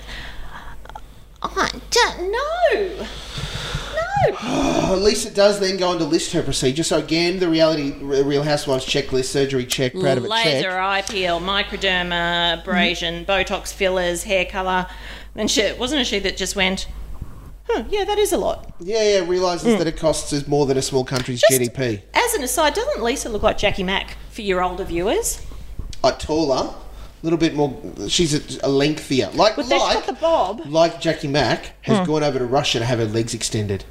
D: I don't know. No.
K: Oh, Lisa does then go on to list her procedure. So again, the reality, the Real Housewives checklist, surgery check, proud of it check.
D: Laser, IPL, microderma, abrasion, Botox fillers, hair colour. And she, wasn't it she that just went, huh, yeah, that is a lot.
K: Yeah, yeah. Realizes that it costs us more than a small country's
D: Mm. Just-
K: GDP.
D: As an aside, doesn't Lisa look like Jackie Mack for your older viewers?
K: A taller, a little bit more. She's a, a lengthier. Like
D: But then she's
K: like
D: got the bob.
K: like Jackie Mack has gone over to Russia to have her legs extended.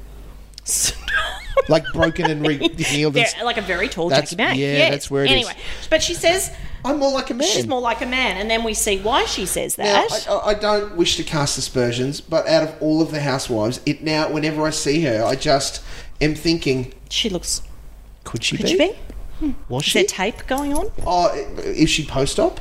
K: like broken and re- healed. and
D: Very-
K: s-
D: like a very tall
K: That's-
D: Jackie Mack.
K: yeah,
D: yes.
K: that's where it is.
D: anyway, but she says
K: I'm more like a man.
D: she's more like a man, and then we see why she says
K: Now,
D: that.
K: I, I- I don't wish to cast aspersions, but out of all of the housewives, it now whenever I see her, I just am thinking,
D: she looks.
K: could she
D: Could
K: be?
D: she be?
K: Was
D: Is
K: she?
D: there tape going on?
K: oh, is she post-op?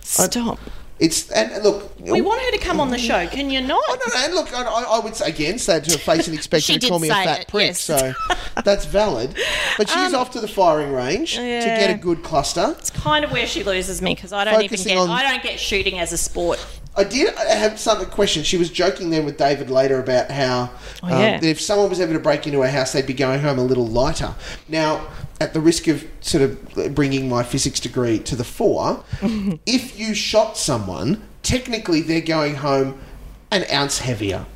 D: Stop.
K: It's and look.
D: we want her to come on the show. Can you not?
K: Oh, No, no, and look, I, I I would say again, say it to her face and expect
D: She
K: her to
D: did
K: call me a
D: say
K: fat
D: it,
K: prick.
D: yes. Um,
K: So that's valid. But she's off to the firing range to get a good cluster.
D: It's kind of where she loses me because I don't
K: Focusing
D: even
K: on-
D: get I don't get shooting as a sport.
K: I did have some question. She was joking then with David later about how um,
D: Oh, yeah.
K: that if someone was ever to break into her house, they'd be going home a little lighter. Now, at the risk of sort of bringing my physics degree to the fore, if you shot someone, technically they're going home an ounce heavier.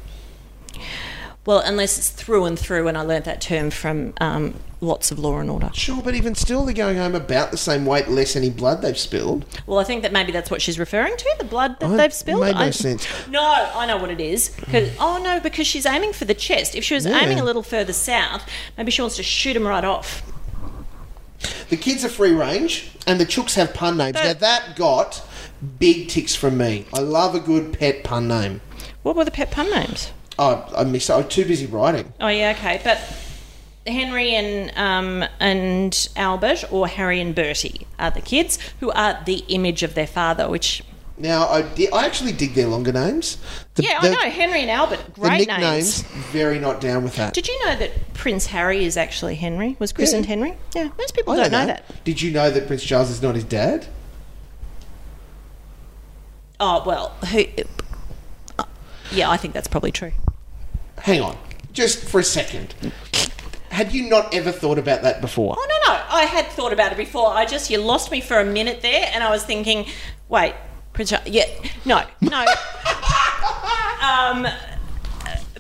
D: Well, unless it's through and through, and I learnt that term from um, lots of Law and Order.
K: Sure, but even still, they're going home about the same weight, less any blood they've spilled.
D: Well, I think that maybe that's what she's referring to the blood that they've spilled.
K: Oh, Made no
D: I-
K: sense.
D: No, I know what it is. 'Cause- oh no, because she's aiming for the chest. If she was aiming a little further south, maybe she wants to shoot him right off.
K: The kids are free range, and the chooks have pun names. Now that got big ticks from me. I love a good pet pun name.
D: What were the pet pun names?
K: Oh, I missed. I was too busy writing.
D: Oh yeah, okay, but. Henry and um, and Albert, or Harry and Bertie, are the kids who are the image of their father, which
K: Now I di- I actually dig their longer names. The,
D: Yeah,
K: the-
D: I know Henry and Albert.
K: The
D: Great
K: nicknames
D: names.
K: very not down with that.
D: Did you know that Prince Harry is actually Henry? Was christened
K: Yeah.
D: Henry? Yeah, most people
K: I
D: don't know that.
K: Did you know that Prince Charles is not his dad?
D: Oh well, who? uh, Yeah, I think that's probably true.
K: Hang on, just for a second. Had you not ever thought about that before?
D: Oh no, no, I had thought about it before. I just you lost me for a minute there, and I was thinking, wait, Prince? Char- Yeah, no, no. um,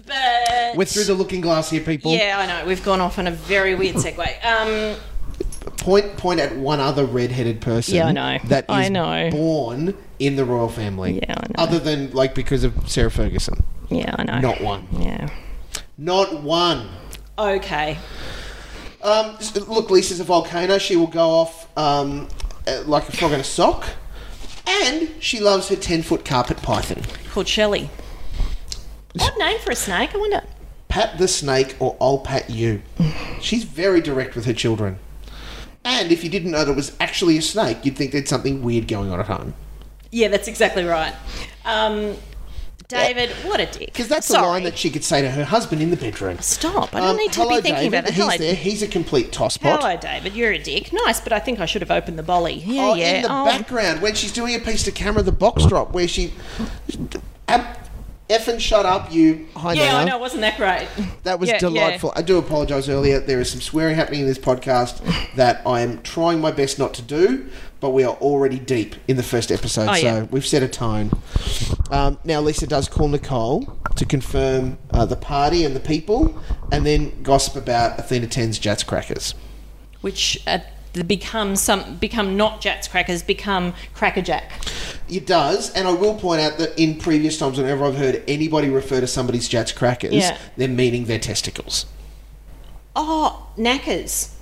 D: but
K: We're through the looking glass here, people.
D: yeah, I know we've gone off on a very weird segue. Um,
K: point point at one other redheaded person.
D: Yeah, I know.
K: That is
D: I know.
K: born in the royal family.
D: Yeah, I know.
K: Other than like because of Sarah Ferguson.
D: Yeah, I know.
K: Not one.
D: Yeah.
K: Not one.
D: Okay.
K: Um, s- look, Lisa's a volcano. She will go off um, uh, like a frog in a sock. And she loves her 10 foot carpet python.
D: Called Shelley. Odd name for a snake, I wonder.
K: Pat the snake or I'll pat you. She's very direct with her children. And if you didn't know that it was actually a snake, you'd think there'd something weird going on at home.
D: Yeah, that's exactly right. Um, David, what a dick.
K: Because that's
D: Sorry.
K: the line that she could say to her husband in the bedroom. Um,
D: Stop. I don't need to
K: hello,
D: be thinking
K: David.
D: about that.
K: He's
D: Um, Hello.
K: there. He's a complete tosspot.
D: Hello, David. You're a dick. Nice, but I think I should have opened the bolly. Yeah,
K: Oh,
D: yeah.
K: in the
D: oh,
K: background when she's doing a piece to camera, the box drop where she, Ab- effing shut up, you. Hi
D: yeah, I
K: Nana.
D: know. Wasn't that great?
K: That was
D: Yeah, yeah.
K: delightful. I do apologise earlier. There is some swearing happening in this podcast that I am trying my best not to do, but we are already deep in the first episode,
D: Oh,
K: so
D: yeah.
K: we've set a tone. Um, now, Lisa does call Nicole to confirm uh, the party and the people, and then gossip about Athena 10's Jats Crackers.
D: Which uh, th- become some become not Jats crackers, become crackerjack.
K: It does, and I will point out that in previous times, whenever I've heard anybody refer to somebody's Jats Crackers,
D: Yeah.
K: they're meaning their testicles.
D: Oh, knackers.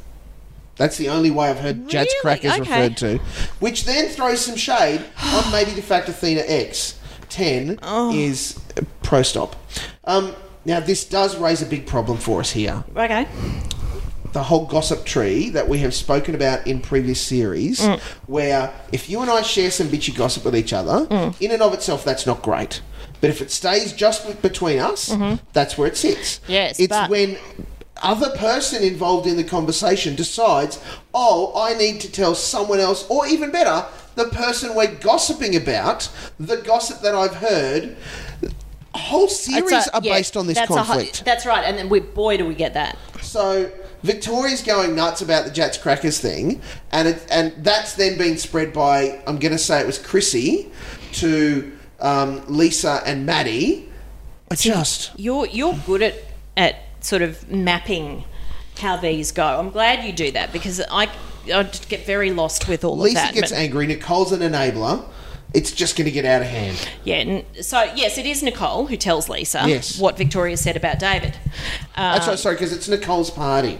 K: That's the only way I've heard Jats
D: Really?
K: Crackers
D: Okay.
K: referred to. Which then throws some shade on maybe the fact Athena X 10
D: Oh.
K: is uh, pro stop. Um, now, this does raise a big problem for us here.
D: Okay.
K: The whole gossip tree that we have spoken about in previous series,
D: Mm.
K: where if you and I share some bitchy gossip with each other,
D: Mm.
K: in and of itself, that's not great. But if it stays just with- between us, that's where it sits.
D: Mm-hmm. Yes,
K: It's
D: but-
K: when other person involved in the conversation decides, oh, I need to tell someone else, or even better, the person we're gossiping about, the gossip that I've heard. Whole series
D: That's a-
K: are
D: yeah,
K: based on this
D: that's a hu-
K: conflict.
D: that's right. And then we, boy, do we get that.
K: So Victoria's going nuts about the Jats Crackers thing, and it, and that's then been spread by I'm going to say it was Chrissy to um, Lisa and Maddie. I just
D: You're you're good at at sort of mapping how these go. I'm glad you do that because I I just get very lost with all of
K: Lisa
D: that.
K: gets
D: but-
K: angry. Nicole's an enabler. It's just going to get out of hand.
D: Yeah. n- So yes, it is Nicole who tells Lisa
K: Yes.
D: what Victoria said about David. Uh,
K: that's right, Oh, sorry, because it's Nicole's party.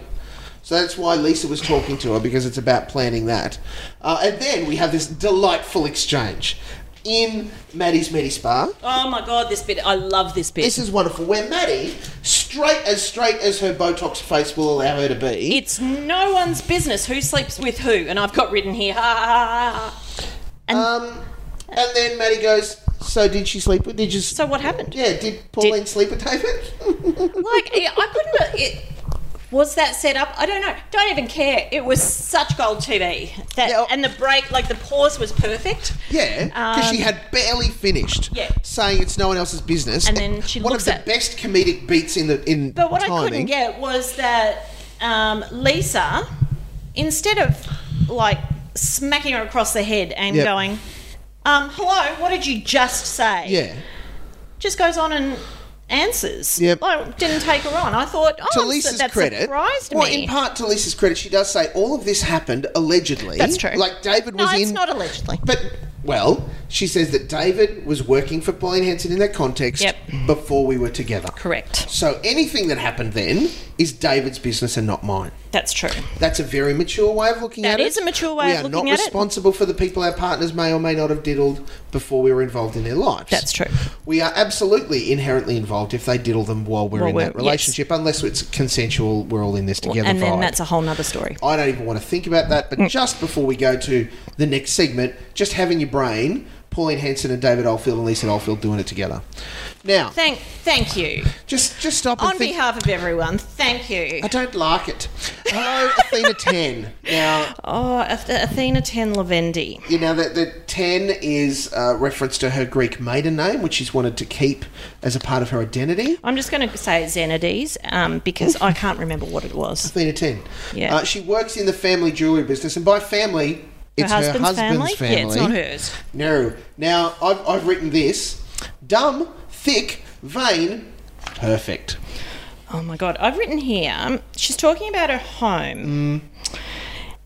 K: So that's why Lisa was talking to her because it's about planning that. Uh, and then we have this delightful exchange in Maddie's Medi Spa.
D: Oh my god, this bit! I love this bit.
K: This is wonderful. Where Maddie, straight as straight as her Botox face will allow her to be,
D: it's no one's business who sleeps with who, and I've got written here. Ha, ha, ha, ha, ha.
K: um, and then Maddie goes, "So did she sleep with? Did you?
D: So what happened?
K: yeah, did Pauline sleep with David?
D: Like yeah, I couldn't. It, was that set up? I don't know. Don't even care. It was such gold TV. That
K: Yeah.
D: and the break, like the pause, was perfect.
K: yeah, because
D: Um,
K: she had barely finished.
D: Yeah.
K: saying it's no one else's business.
D: And then she
K: one
D: looks
K: of
D: at-
K: the best comedic beats in the in
D: But what I couldn't
K: timing.
D: get was that um, Lisa, instead of like smacking her across the head and
K: Yep.
D: going, um, "Hello, what did you just say?"
K: yeah.
D: just goes on and answers.
K: Yep.
D: Like, didn't take her on. I thought, oh,
K: To
D: so
K: Lisa's
D: that
K: credit,
D: surprised
K: well,
D: me.
K: in part to Lisa's credit, she does say all of this happened allegedly.
D: That's true.
K: Like David
D: no,
K: was
D: it's
K: in.
D: not allegedly.
K: But well, she says that David was working for Pauline Hanson in that context
D: Yep.
K: before we were together.
D: Correct.
K: So anything that happened then is David's business and not mine.
D: That's true.
K: That's a very mature way of looking
D: That
K: at it.
D: is a mature way
K: we
D: of
K: are
D: looking
K: not
D: at it.
K: responsible for the people our partners may or may not have diddled before we were involved in their lives.
D: That's true.
K: We are absolutely inherently involved if they diddle them while we're
D: While
K: in
D: we're-
K: that relationship, unless it's consensual. We're all in this together.
D: and then
K: vibe.
D: that's a whole nother story.
K: I don't even want to think about that. But
D: Hmm.
K: just before we go to the next segment, just having your brain, Pauline Hanson and David Oldfield and Lisa Oldfield doing it together. Now,
D: Thank, thank you.
K: just just stop and
D: On
K: think.
D: behalf of everyone, thank you.
K: I don't like it. Hello, Athena Ten. Now,
D: Oh, Ath- Athena 10 Lavendi.
K: you know that the Ten is uh, reference to her Greek maiden name, which she's wanted to keep as a part of her identity.
D: I'm just going to say Xenides um, because I can't remember what it was.
K: Athena Ten.
D: Yeah.
K: Uh, she works in the family jewelry business, and by family, it's her husband's, family.
D: Yeah, it's not hers.
K: No. Now, I've, I've written this dumb, thick, vain, perfect. Mm.
D: Oh my God. I've written here, um, she's talking about her home.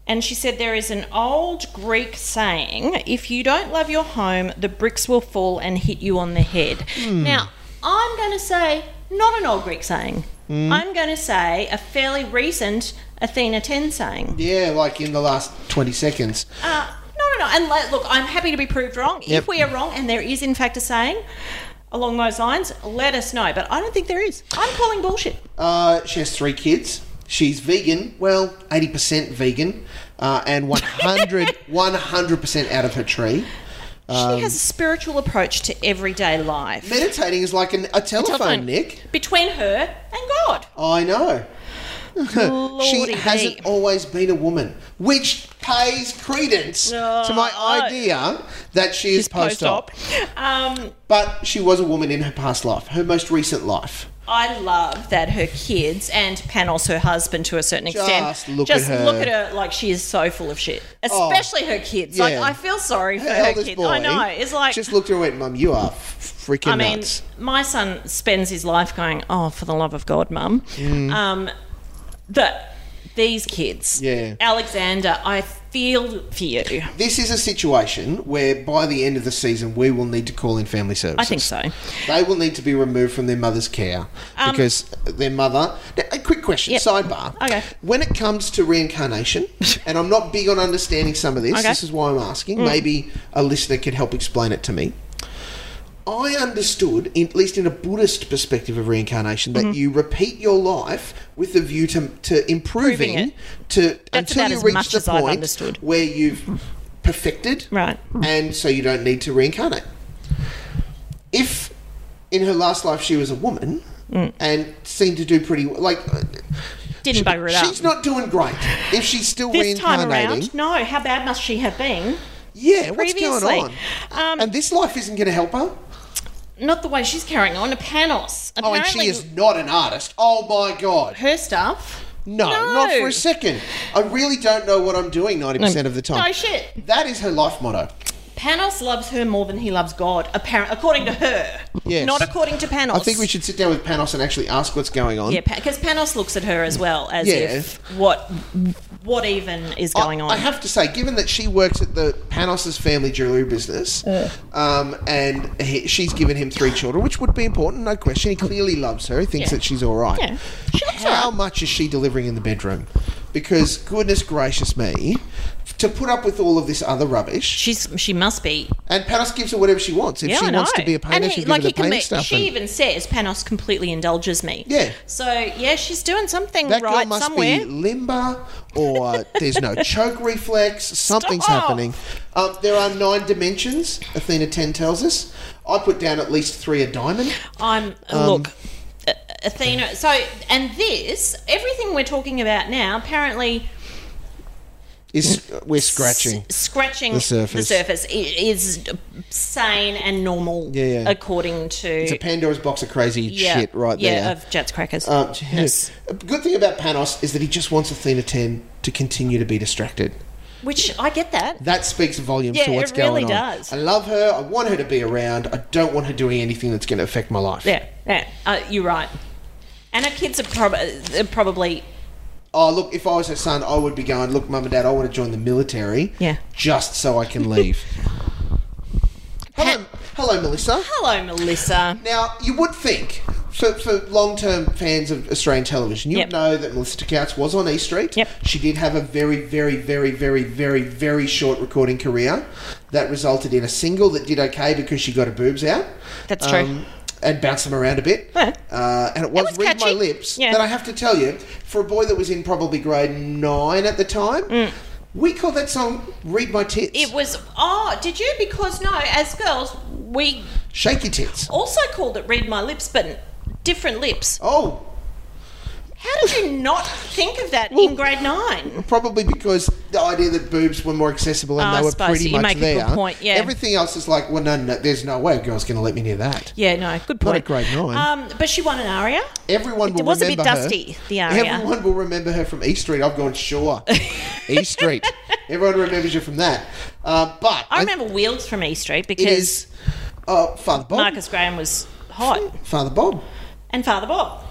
D: And she said, There is an old Greek saying, if you don't love your home, the bricks will fall and hit you on the head.
L: Hmm.
D: Now, I'm going to say, not an old Greek saying.
K: Hmm.
D: I'm going to say a fairly recent Athena 10 saying.
K: Yeah, like in the last 20 seconds.
D: Uh, no, no, no. And like, look, I'm happy to be proved wrong.
K: Yep.
D: If we are wrong and there is, in fact, a saying along those lines, let us know. But I don't think there is. I'm calling bullshit.
K: Uh, she has three kids. She's vegan, well, 80% vegan, uh, and 100, 100% out of her tree. Um,
D: She has a spiritual approach to everyday life.
K: Meditating is like an, a telephone, Nick.
D: Between her and God.
K: I know.
D: Lordy
K: she hasn't always been a woman, which pays credence to my idea that she is post op.
D: Um,
K: But she was a woman in her past life, her most recent life.
D: I love that her kids and Panos, her husband, to a certain extent,
K: Just look
D: just
K: at her. Oh,
D: look at her like she is so full of shit. Especially her kids. Like
K: yeah.
D: I feel sorry for
K: Her
D: her
K: eldest
D: kids.
K: boy
D: I know. It's like
K: just looked at her and went, Mum, you are f- freaking
D: I mean,
K: nuts.
D: my son spends his life going, "Oh, for the love of God, mum."
K: Mm.
D: Um, that these kids,
K: Yeah.
D: Alexander, I feel for you.
K: This is a situation where by the end of the season, we will need to call in family services.
D: I think so.
K: They will need to be removed from their mother's care
D: Um,
K: because their mother. Now, a quick question, sidebar.
D: Okay.
K: When it comes to reincarnation, and I'm not big on understanding some of this,
D: Okay.
K: this is why I'm asking.
D: Mm.
K: Maybe a listener could help explain it to me. I understood, in- at least in a Buddhist perspective of reincarnation,
D: Mm-hmm.
K: that you repeat your life with the view to, to improving
D: it.
K: to
D: That's
K: until
D: about
K: you
D: as
K: reach
D: much
K: the
D: as I've
K: point
D: understood.
K: where you've perfected,
D: right,
K: and so you don't need to reincarnate. If in her last life she was a woman
D: Hmm.
K: and seemed to do pretty like uh,
D: Didn't bugger it up.
K: she's not doing great. If she's still
D: this time
K: reincarnating,
D: around, no. How bad must she have been?
K: yeah, what's going
D: Previously. Um,
K: on? and this life isn't going to help her.
D: Not the way she's carrying on. A Panos.
K: Oh, and she is not an artist. Oh my god,
D: her stuff.
K: No, not for a second. I really don't know what I'm doing 90% of the time.
D: No Oh, shit.
K: That is her life motto.
D: Panos loves her more than he loves God, apparent, according to her.
K: Yes.
D: Not according to Panos.
K: I think we should sit down with Panos and actually ask what's going on.
D: Yeah, because Panos looks at her as well as
K: Yeah.
D: if what what even is going on.
K: I have to say, given that she works at the Panos' family jewelry business, um, and he, she's given him three children, which would be important, no question. He clearly loves her. He thinks
D: Yeah.
K: that she's all right.
D: Yeah.
K: How much is she delivering in the bedroom? Because goodness gracious me, to put up with all of this other rubbish,
D: she's she must be.
K: And Panos gives her whatever she wants. If
D: Yeah,
K: she
D: I
K: wants to
D: know.
K: be a painter,
D: And
K: she
D: he-
K: gives
D: like
K: her
D: he
K: the painter
D: commit-
K: stuff.
D: She
K: and-
D: even says Panos completely indulges me.
K: Yeah.
D: So yeah, she's doing something
K: That girl
D: Mm, right
K: must
D: somewhere.
K: be limber, or there's no choke reflex. Something's happening. Um, there are nine dimensions. Athena ten tells us. I put down at least three a diamond.
D: I'm
K: Um,
D: look, A- Athena. So and this everything we're talking about now apparently
K: Is uh, we're scratching.
D: scratching
K: The surface.
D: i- is sane and normal
K: Yeah, yeah.
D: according to
K: It's a Pandora's box of crazy
D: yeah,
K: shit right
D: yeah,
K: there.
D: of Jets crackers.
K: Um, A good thing about Panos is that he just wants Athena ten to continue to be distracted.
D: Which I get that.
K: That speaks volumes
D: Yeah,
K: to what's
D: it really
K: going on.
D: does.
K: I love her. I want her to be around. I don't want her doing anything that's going to affect my life.
D: Yeah, yeah, uh, you're right. And her kids are prob- uh, probably
K: Oh, look, if I was her son, I would be going, look, mum and dad, I want to join the military.
D: Yeah.
K: Just so I can leave. hello, hello, Melissa.
D: Hello, Melissa.
K: Now, you would think, for, for long term fans of Australian television, you'd
D: Yep.
K: know that Melissa Couts was on E Street. Yep. She did have a very, very, very, very, very, very short recording career that resulted in a single that did okay because she got her boobs out. Um,
D: That's true.
K: and bounced them around a bit. Uh, and it was, Read My Lips
D: Yeah.
K: that I have to tell you, for a boy that was in probably grade nine at the time, we called that song Read My Tits.
D: Mm. it was. Oh, did you? Because no, as girls we
K: Shake Your Tits.
D: also called it "Read My Lips," but different lips.
K: Oh.
D: How did you not think of that in grade nine?
K: Probably because the idea that boobs were more accessible and
D: Ah, I
K: they were
D: suppose
K: pretty
D: you
K: much
D: make a
K: there.
D: good point, yeah.
K: Everything else is like, well, no, no, there's no way a girl's going to let me near that.
D: Yeah, no, good
K: Not at
D: point.
K: grade nine.
D: Um, but she won an aria.
K: Everyone will
D: it was a bit
K: remember her.
D: dusty. The aria.
K: Everyone will remember her from E Street. I've gone sure, E Street. Everyone remembers you from that. Uh, but
D: I remember Wheels from E Street because
K: is, uh, Father Bob.
D: Marcus Graham was hot
K: Father Bob.
D: and Father Bob.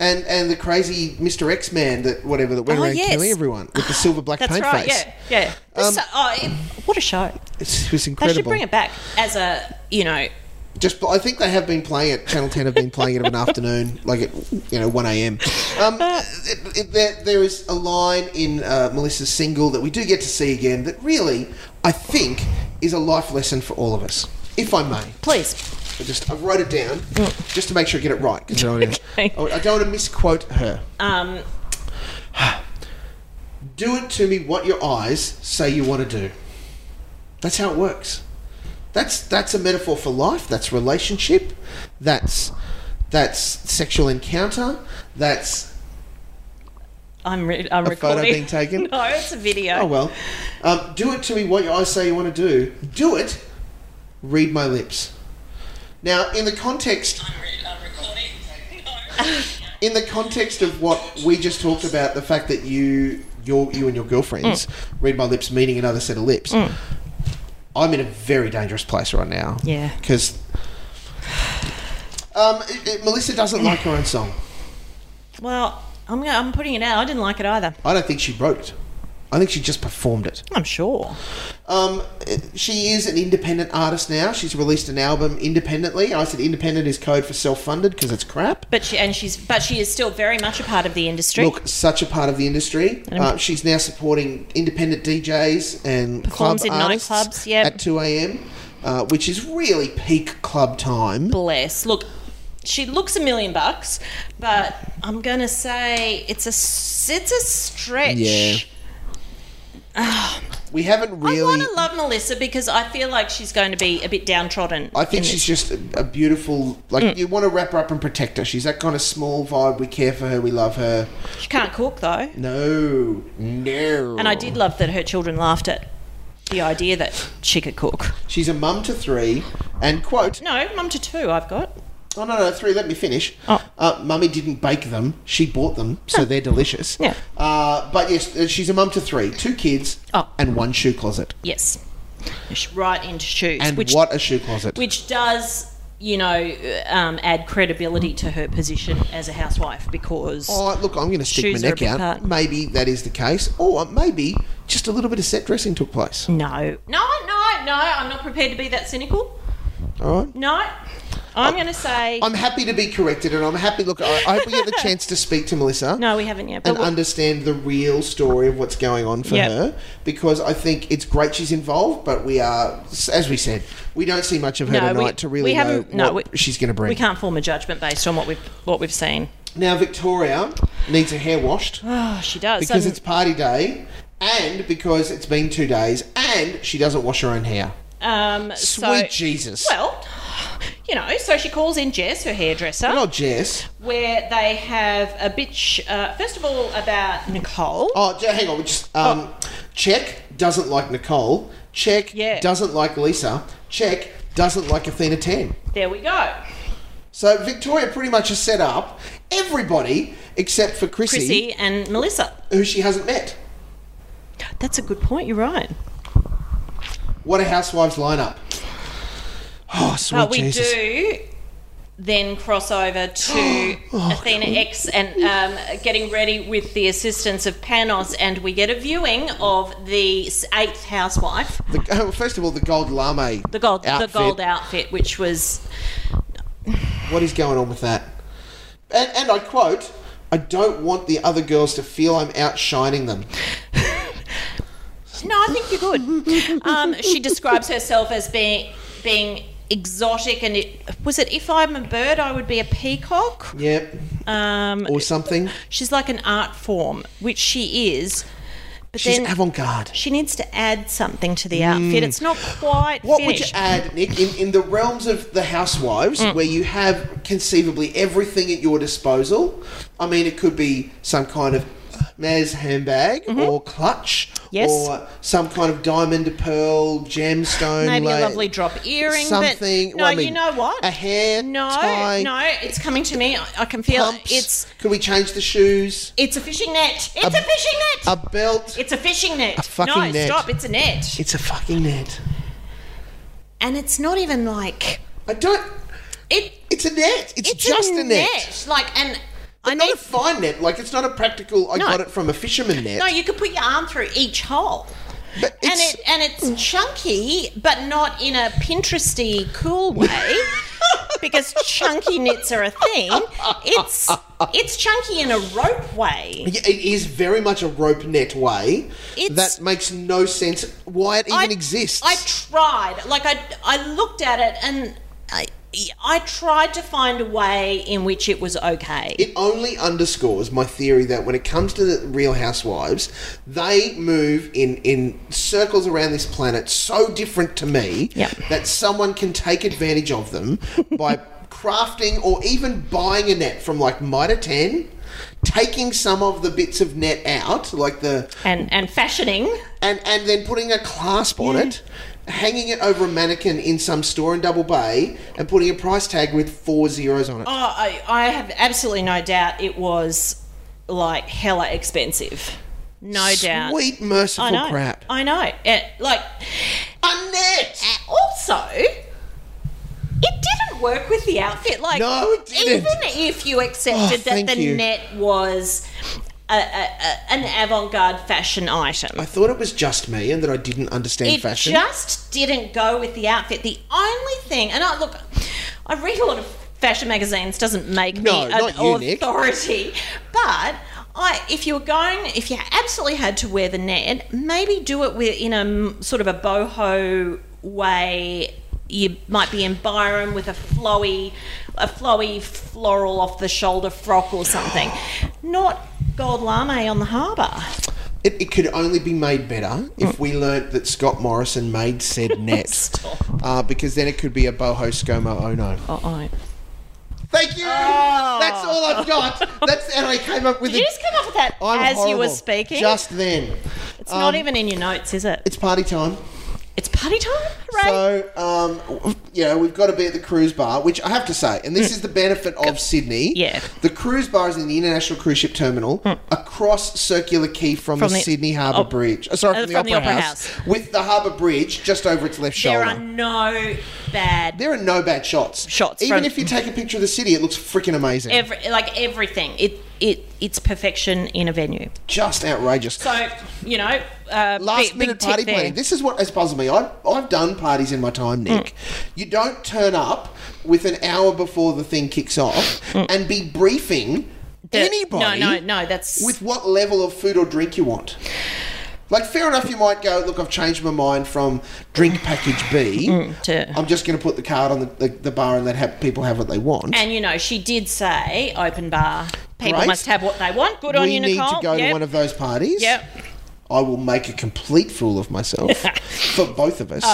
K: And and the crazy Mr. X Man that whatever that went
D: Oh,
K: around
D: yes. Ah,
K: killing everyone with the silver black
D: That's
K: paint
D: right.
K: face. Um,
D: Yeah, yeah. This- oh, it- what a show!
K: It's, it was
D: They
K: incredible.
D: should bring it back as a you know.
K: Just, I think they have been playing it. Channel Ten have been playing it of an afternoon, like at you know one a.m. Um,
D: Uh.
K: it, it, there, there is a line in uh, Melissa's single that we do get to see again. That really, I think, is a life lesson for all of us. If I may,
D: please.
K: I just I wrote it down just to make sure I get it right. 'cause I, don't wanna- I don't want to misquote her.
D: Um,
K: Do it to me what your eyes say you want to do. That's how it works. That's that's a metaphor for life. That's relationship. That's that's sexual encounter. That's
D: I'm re- I'm
K: A photo
D: recording.
K: being taken?
D: No, it's a video.
K: oh well. Um, do it to me what your eyes say you want to do. Do it. Read my lips. Now, in the context in the context of what we just talked about, the fact that you, your, you and your girlfriends read my lips, meaning another set of lips. I'm in a very dangerous place right now.
D: Yeah.
K: because um, it- it- Melissa doesn't like her own song.
D: Well, I'm gonna, I'm putting it out. I didn't like it either.
K: I don't think she wrote it. I think she just performed it.
D: I'm sure.
K: Um, it- she is an independent artist now. She's released an album independently. I said independent is code for self-funded because it's crap.
D: But she and she's but she is still very much a part of the industry.
K: Look, such a part of the industry. Uh, she's now supporting independent DJs and
D: Performs
K: club
D: in
K: artists
D: nightclubs, yep.
K: at 2 a.m., uh, which is really peak club time.
D: Bless. Look, she looks a million bucks, but I'm gonna say it's a s- it's a stretch.
K: Yeah. We haven't
D: I want
K: really.
D: to love Melissa because I feel like she's going to be a bit downtrodden.
K: I think
D: in
K: she's
D: this.
K: just a, a beautiful. Like
D: Mm.
K: you want to wrap her up and protect her. She's that kind of small vibe. We care for her. We love her.
D: she can't cook though,
K: No, no.
D: and I did love that her children laughed at the idea that she could cook.
K: She's a mum to three, and quote.
D: No, mum to two. I've got.
K: Oh no, no, three. Let me finish.
D: Oh.
K: Uh, Mummy didn't bake them; she bought them, so they're delicious.
D: Yeah.
K: Uh, but yes, uh, she's a mum to three, two kids,
D: Oh.
K: and one shoe closet.
D: Yes. She's Right into shoes,
K: And
D: which
K: what a shoe closet!
D: which does you know um, add credibility to her position as a housewife because
K: oh, look, I'm going to stick my
D: Shoes are a
K: neck
D: big
K: out.
D: part.
K: Maybe that is the case, or maybe just a little bit of set dressing took place.
D: no no no no i'm not prepared to be that cynical
K: All right.
D: no
K: Oh.
D: i'm going to say
K: I'm happy to be corrected, and I'm happy. Look, I, I hope we get the chance to speak to Melissa.
D: no we haven't yet but
K: and
D: we'll-
K: understand the real story of what's going on for
D: Yep.
K: her because I think it's great she's involved, but we are, as we said, we don't see much of her
D: No, we-
K: tonight to really
D: we
K: know
D: haven't- no,
K: what
D: we-
K: she's going to bring.
D: we can't form a judgment based on what we've what we've seen
K: Now, Victoria needs her hair washed
D: oh she does
K: because
D: Um,
K: it's party day and because it's been two days and she doesn't wash her own hair.
D: um so-
K: Sweet Jesus.
D: well you know so she calls in jess her hairdresser
K: Not Jess.
D: where they have a bitch uh, first of all about nicole
K: Oh, j- hang on. We just um, check doesn't like Nicole. Check
D: Yeah.
K: doesn't like Lisa. Check doesn't like Athena Ten.
D: there we go
K: So Victoria pretty much has set up everybody except for Chrissy,
D: Chrissy and Melissa.
K: who she hasn't met.
D: That's a good point. You're right.
K: What a housewives lineup! Oh, sweet
D: But we
K: Jesus!
D: do then cross over to Athena X and um, getting ready with the assistance of Panos, and we get a viewing of the s- eighth housewife,
K: The- oh, first of all, the gold lame.
D: the gold,
K: outfit.
D: the gold outfit, which was
K: What is going on with that? And, and I quote: "I don't want the other girls to feel I'm outshining them."
D: no, I think you're good. um, she describes herself as being being exotic, and it was it. If I'm a bird, I would be a peacock.
K: Yep,
D: Um,
K: or something.
D: She's like an art form, which she is. But
K: She's
D: then
K: avant-garde.
D: she needs to add something to the outfit. It's not quite
K: What would you
D: finished. Mm.
K: add, Nick, in, in the realms of the housewives, where you have conceivably everything at your disposal? I mean, it could be some kind of Maz handbag or clutch,
D: Mm-hmm. Yes.
K: or some kind of diamond, pearl, gemstone,
D: Maybe
K: la-
D: a lovely drop earring.
K: something.
D: But no,
K: Well, I mean,
D: you know what?
K: A hair
D: No,
K: tie,
D: no, it's coming to me. I, I can feel
K: pumps.
D: it's
K: Could we change the shoes?
D: it's a fishing net. It's a, fishing net.
K: A belt.
D: it's a fishing net.
K: a fucking
D: no,
K: net.
D: stop. It's a net.
K: It's a fucking net.
D: and it's not even like
K: I don't.
D: it.
K: It's a net. It's,
D: It's
K: just
D: a
K: a net.
D: Like and
K: I not a fine net. Like it's not a practical. I
D: No.
K: got it from a fisherman net.
D: No, you could put your arm through each hole.
K: But
D: and it and it's chunky, but not in a Pinteresty cool way. because chunky knits are a thing. It's it's chunky in a rope way.
K: Yeah, it is very much a rope net way.
D: It's-
K: that makes no sense. Why it even exists?
D: I tried. Like I, I looked at it and I, I tried to find a way in which it was okay.
K: it only underscores my theory that when it comes to the Real Housewives, they move in in circles around this planet so different to me that someone can take advantage of them by crafting or even buying a net from like Mitre Ten. Taking some of the bits of net out, like the
D: and and fashioning.
K: and and then putting a clasp on it, hanging it over a mannequin in some store in Double Bay, and putting a price tag with four zeros on it.
D: Oh, I, I have absolutely no doubt it was like hella expensive. No doubt.
K: Sweet merciful
D: I know,
K: crap.
D: I know. It, like
K: a net.
D: Also, it didn't work with the outfit. Like
K: No, it didn't.
D: Even if you accepted
K: Oh,
D: that
K: thank
D: the
K: you.
D: net was a, a, a, an avant-garde fashion item.
K: I thought it was just me and that I didn't understand
D: it
K: fashion.
D: just didn't go with the outfit. The only thing, and I look, I read a lot of fashion magazines, doesn't make
K: No,
D: me
K: not you,
D: an
K: Nick.
D: authority, but. I, if you were going, if you absolutely had to wear the net, maybe do it with in a m- sort of a boho way. You might be in Byron with a flowy, a flowy floral off the shoulder frock or something, not gold lame on the harbour.
K: it, it could only be made better if we learnt that Scott Morrison made said net. Uh, because then it could be a boho scomo oh no.
D: Uh-oh.
K: Thank you. That's all I've got. That's and I came up with
D: Oh. Did you
K: a-
D: just come up with that
K: I'm
D: as you were
K: horrible.
D: speaking?
K: Just then. Um,
D: It's not even in your notes, is it?
K: It's party time.
D: It's party time, right?
K: So, um, w- you know, we've got to be at the cruise bar, which I have to say, and this is the benefit of Sydney.
D: Mm. Yeah. Mm.
K: The cruise bar is in the International Cruise Ship Terminal across Circular Quay from,
D: From
K: the,
D: the-
K: Sydney Harbour
D: oh,
K: Bridge. Oh, sorry,
D: uh,
K: from, the,
D: from the
K: Opera
D: Opera
K: House, With the Harbour Bridge just over its left
D: there
K: shoulder.
D: are no bad
K: there are no bad shots.
D: Shots
K: Even
D: from-
K: if you take a picture of the city, it looks freaking amazing.
D: every like everything. It it it's perfection in a venue.
K: just outrageous.
D: So you know, uh,
K: Last
D: big,
K: minute
D: big tick
K: party
D: there.
K: planning. This is what has puzzled me. I've, I've done parties in my time, Nick.
D: Mm.
K: You don't turn up with an hour before the thing kicks off and be briefing
D: Mm. The-
K: anybody
D: No, no, no. That's
K: with what level of food or drink you want. Like, fair enough, you might go, look, I've changed my mind from drink package B.
D: Mm, to-
K: I'm just going to put the card on the, the, the bar and let have, people have what they want.
D: and you know, she did say open bar. People
K: Great.
D: must have what they want. Good on
K: we
D: you,
K: need
D: Nicole.
K: to go
D: yep.
K: to one of those parties.
D: Yep.
K: I will make a complete fool of myself for both of us.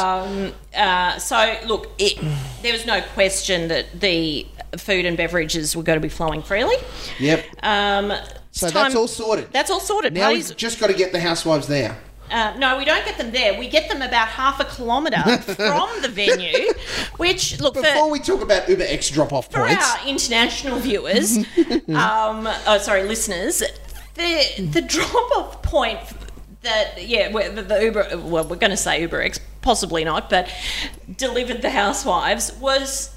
D: Uh, so look, it, there was no question that the food and beverages were going to be flowing freely.
K: yep.
D: Um,
K: So that's
D: it's time-
K: all sorted.
D: That's all sorted.
K: Now
D: Parties-
K: we've just got to get the housewives there.
D: Uh, no, we don't get them there. We get them about half a kilometre from the venue, which, look,
K: Before
D: for,
K: we talk about Uber X drop off
D: for
K: points,
D: our international viewers, um, oh, sorry, listeners, the, the drop off point that, yeah, where the, the Uber, well, we're going to say Uber X, possibly not, but delivered the housewives was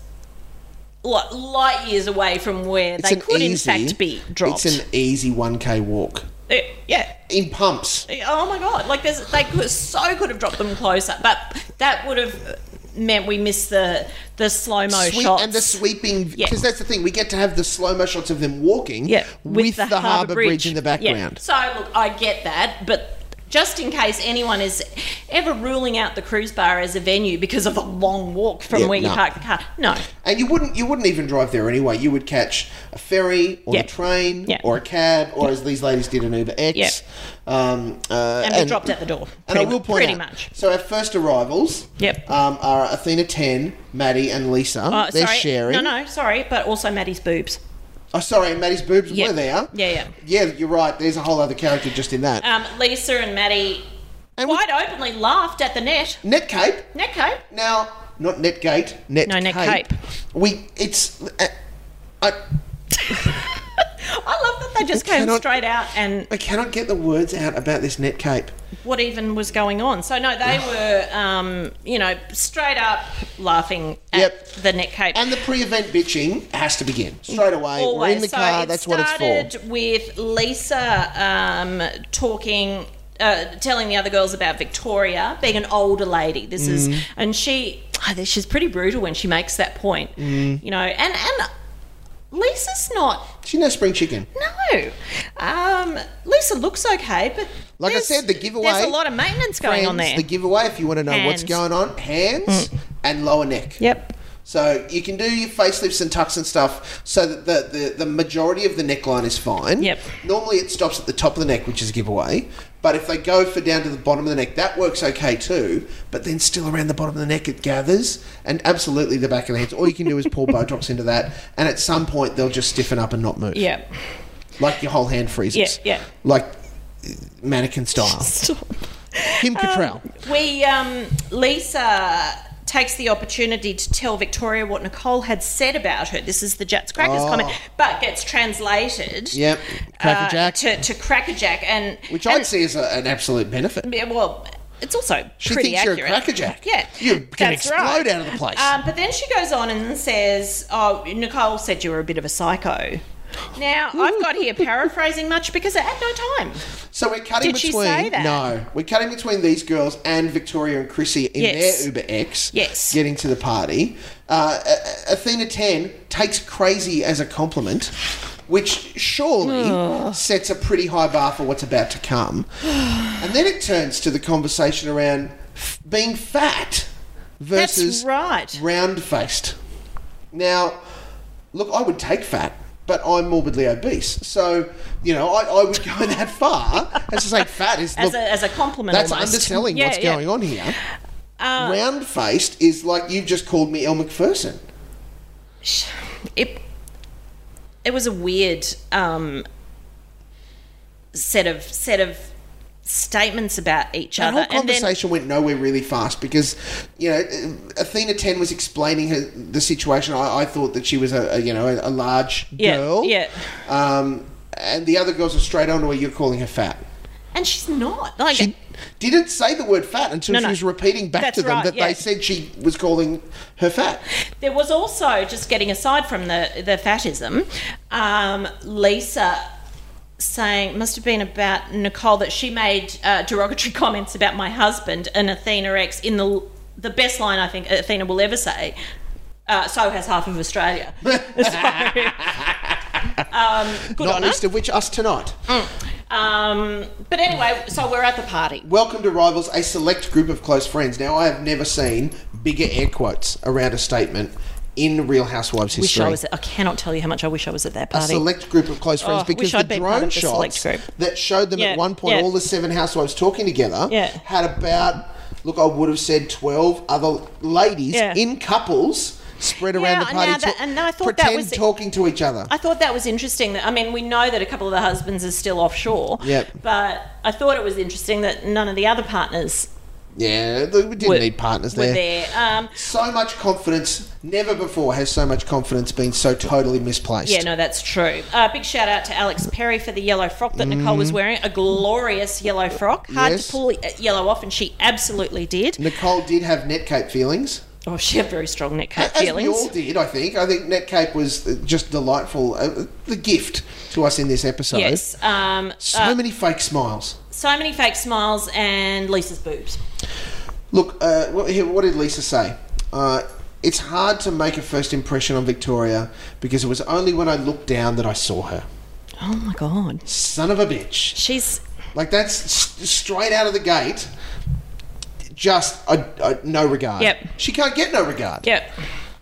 D: li- light years away from where they could, in fact, be dropped.
K: It's an easy 1K walk
D: Uh, yeah.
K: in pumps.
D: Oh my god! Like there's, they could, so could have dropped them closer, but that would have meant we missed the the slow mo
K: Sweep-
D: shots
K: and the sweeping, because
D: Yeah.
K: that's the thing, we get to have the slow mo shots of them walking
D: Yeah,
K: with, the, harbour bridge. in the
D: Yeah.
K: background.
D: So look, I get that, but just in case anyone is ever ruling out the cruise bar as a venue because of a long walk from
K: Yeah,
D: where
K: no. Uh,
D: you park the car, no.
K: And you wouldn't you wouldn't even drive there anyway. You would catch a ferry or
D: Yeah.
K: a train
D: Yeah.
K: or a cab or as these ladies did an Uber X.
D: Yeah.
K: Um, uh,
D: And, be dropped at the door.
K: And I
D: pretty
K: will
D: mu-
K: point
D: pretty
K: out,
D: much.
K: So our first arrivals,
D: Yep.
K: um, are Athena Ten, Maddie, and Lisa.
D: Uh,
K: They're
D: sorry.
K: sharing.
D: No, no, sorry, but also Maddie's boobs.
K: Oh, sorry, and Maddie's boobs
D: Yeah.
K: were there.
D: Yeah, yeah.
K: Yeah, you're right. There's a whole other character just in that.
D: Um, Lisa and Maddie
K: and we-
D: quite openly laughed at the net.
K: net cape.
D: Netco.
K: Now, not net gate. Net.
D: No, net cape.
K: We. It's. Uh, I,
D: I love that they just
K: I
D: came
K: cannot-
D: straight out and
K: I cannot get the words out about this net cape.
D: what even was going on. So no, they were, um, you know, straight up laughing at
K: Yep.
D: the net cape.
K: And the pre-event bitching has to begin straight away. We're in the
D: So
K: car.
D: it
K: That's what it's for.
D: started with Lisa um, talking. Uh, telling the other girls about Victoria being an older lady. This
L: Mm.
D: is, and she, ah, she's pretty brutal when she makes that point.
K: Mm.
D: You know, and and Lisa's not.
K: She knows spring chicken.
D: No, um, Lisa looks okay, but
K: Like I
D: there's-
K: said, the giveaway.
D: There's a lot of maintenance going on
K: Friends,
D: there.
K: The giveaway, if you want to know what's
D: Hands. Mm.
K: going on, hands and lower neck.
D: Yep.
K: So you can do your facelifts and tucks and stuff so that the, the, the majority of the neckline is fine. Yep. Normally it stops at the top of the neck, which is a giveaway. But if they go for down to the bottom of the neck, that works okay too. But then still around the bottom of the neck it gathers and absolutely the back of the hands. All you can do is pour Botox into that and at some point they'll just stiffen up and not move.
D: Yep.
K: Like your whole hand freezes.
D: Yeah, yeah.
K: Like mannequin style. Kim Cattrall.
D: We um, Lisa takes the opportunity to tell Victoria what Nicole had said about her. This is the Jats Crackers
K: Oh.
D: comment, but gets translated.
K: Yep. Crackerjack.
D: uh, to, to Crackerjack, and
K: which I'd see as a, an absolute benefit.
D: yeah, well, it's also
K: She
D: pretty
K: thinks
D: accurate.
K: you're a crackerjack.
D: Yeah,
K: You can
D: that's
K: explode
D: right.
K: out of the place.
D: Um, but then she goes on and says, "Oh, Nicole said you were a bit of a psycho." Now I've got here paraphrasing much because at no time
K: so we're cutting
D: did she
K: between
D: say that?
K: no, we're cutting between these girls and Victoria and Chrissy in
D: Yes.
K: their Uber X.
D: Yes.
K: getting to the party. Uh, A- A- Athena Ten takes crazy as a compliment, which surely sets a pretty high bar for what's about to come. and then it turns to the conversation around f- being fat versus
D: right.
K: round faced. Now, look, I would take fat, but I'm morbidly obese. So, you know, I, I would go that far as to say fat is.
D: as
K: look,
D: a as a compliment.
K: that's
D: almost.
K: underselling
D: Yeah,
K: what's
D: yeah.
K: going on here.
D: Uh,
K: round faced is like you've just called me El McPherson.
D: it it was a weird um, set of set of statements about each
K: That
D: other.
K: whole conversation went nowhere really fast because, you know, Athena Ten was explaining her, the situation. I, I thought that she was a, a you know a, a large
D: yeah,
K: girl,
D: yeah,
K: um, and the other girls are straight on to her. You're calling her fat.
D: and she's not like
K: she didn't say the word fat until
D: No,
K: she
D: no.
K: was repeating back
D: That's
K: to them
D: right,
K: that
D: yeah.
K: they said she was calling her fat.
D: There was also just getting aside from the the fatism, um, Lisa saying must have been about Nicole that she made uh, derogatory comments about my husband and Athena X in the the best line I think Athena will ever say. Uh, so has half of Australia. So, um, good
K: Not
D: on her.
K: least of which us tonight.
D: Mm. Um, but anyway, so we're at the party.
K: Welcome to Rivals, a select group of close friends. Now, I have never seen bigger air quotes around a statement in Real Housewives
D: Wish
K: history.
D: I was. I cannot tell you how much I wish I was at that
K: a
D: party.
K: select group of close friends
D: Oh,
K: because
D: wish
K: the
D: I'd been part
K: drone
D: of the select
K: shots
D: group.
K: that showed them
D: Yeah,
K: at one point
D: yeah.
K: all the seven housewives talking together
D: Yeah.
K: had about look I would have said twelve other ladies
D: Yeah.
K: in couples spread around the
D: now
K: party
D: that-
K: ta-
D: and I thought that
K: pretend
D: was-
K: talking to each other.
D: I thought that was interesting. That I mean, we know that a couple of the husbands are still offshore.
K: Yep.
D: But I thought it was interesting that none of the other partners
K: Yeah, th- we didn't
D: Were-
K: need partners
D: were
K: there.
D: there. Um,
K: So much confidence. Never before has so much confidence been so totally misplaced.
D: yeah, no, that's true. Uh, big shout out to Alex Perry for the yellow frock that Nicole was
K: Mhm.
D: wearing. A glorious yellow frock. Hard
K: Yes.
D: to pull uh, yellow off, and she absolutely did.
K: Nicole did have netcape feelings.
D: Oh, she had very strong neck cape
K: As
D: feelings.
K: we all did, I think. I think netcape was uh, just delightful. Uh, the gift to us in this episode.
D: Yes. Um,
K: So
D: uh,
K: many fake smiles.
D: so many fake smiles and Lisa's boobs.
K: Look, uh, what, here, what did Lisa say? Uh, it's hard to make a first impression on Victoria because it was only when I looked down that I saw her.
D: Oh my god.
K: Son of a bitch.
D: She's
K: like that's s- straight out of the gate. Just a, a, no regard.
D: Yep.
K: She can't get no regard.
D: Yep.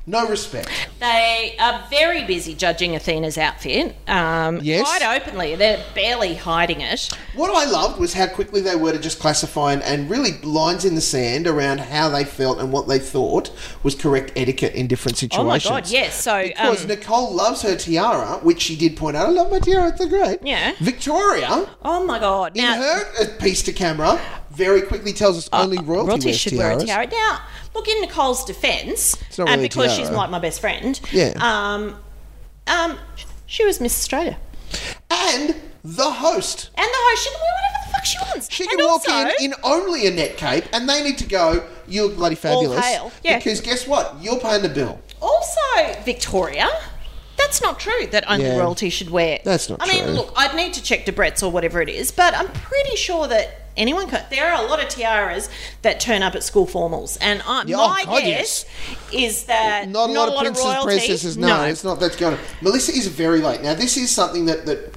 K: No respect.
D: They are very busy judging Athena's outfit. Um,
K: Yes.
D: Quite openly. They're barely hiding it.
K: What I loved was how quickly they were to just classify and, and really lines in the sand around how they felt and what they thought was correct etiquette in different
D: Oh my
K: situations.
D: god, yes. So,
K: Because
D: um,
K: Nicole loves her tiara, which she did point out. I love my tiara; it's so great.
D: Yeah.
K: Victoria.
D: Oh my god!
K: In her uh, piece to camera, very quickly tells us only royalty,
D: Uh, royalty
K: wears
D: should
K: tiaras.
D: wear a tiara. Now, look, in Nicole's defence,
K: It's not
D: and
K: really a
D: because
K: tiara.
D: Um, she's like my best friend,
K: Yeah.
D: um, um, she was Miss Australia.
K: and the host.
D: And the host, she can wear whatever the fuck she wants.
K: She
D: And
K: can walk
D: also-
K: in in only a net cape, and they need to go. You look bloody fabulous.
D: hail. Yeah.
K: Because guess what? You're paying the bill.
D: Also, Victoria, that's not true that only
K: Yeah.
D: royalty should wear.
K: That's not
D: I
K: true.
D: mean, look, I'd need to check Debrett's or whatever it is, but I'm pretty sure that anyone can. There are a lot of tiaras that turn up at school formals, and I,
K: Yeah,
D: my
K: oh, God,
D: guess is that
K: Not a lot of princes and
D: royalty.
K: princesses. No, it's not. That's going. On. Melissa is very late. Now, this is something that that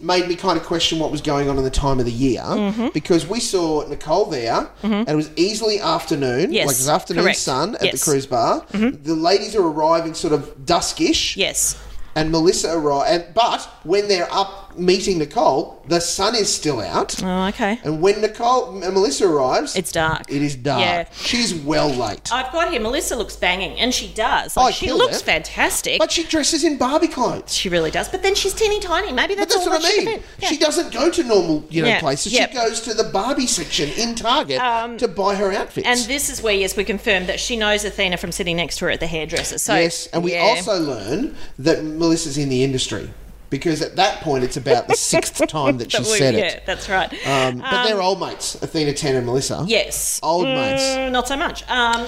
K: made me kind of question what was going on in the time of the year
D: Mm-hmm.
K: because we saw Nicole there, and it was easily afternoon.
D: Yes,
K: like it was afternoon
D: correct.
K: sun at
D: Yes. Mm-hmm.
K: the cruise bar. The ladies are arriving sort of duskish.
D: Yes.
K: And Melissa arrived, and, but when they're up meeting Nicole, the sun is still out.
D: Oh, okay.
K: And when Nicole and Melissa arrives,
D: It's dark.
K: It is dark.
D: Yeah. Oh,
K: She's well late.
D: I've got here. Melissa looks banging, and she does. Like,
K: Oh, I
D: she
K: killed
D: looks
K: it.
D: fantastic.
K: But she dresses in Barbie clothes.
D: she really does. But then she's teeny tiny. Maybe
K: But
D: that's,
K: that's
D: all
K: what I
D: that she can
K: mean.
D: do. Yeah.
K: She doesn't go to normal, you know,
D: Yeah.
K: places.
D: Yep. Um,
K: She goes to the Barbie section in Target to buy her outfits.
D: And this is where, yes, we confirm that she knows Athena from sitting next to her at the hairdresser. So
K: yes, and we
D: yeah.
K: also learn that Melissa's in the industry because at that point it's about the sixth time that she
D: But we-
K: said
D: yeah,
K: it.
D: that's right.
K: Um, but they're old mates, Athena Ten and Melissa.
D: yes,
K: Old mates.
D: Mm, not so much. Um,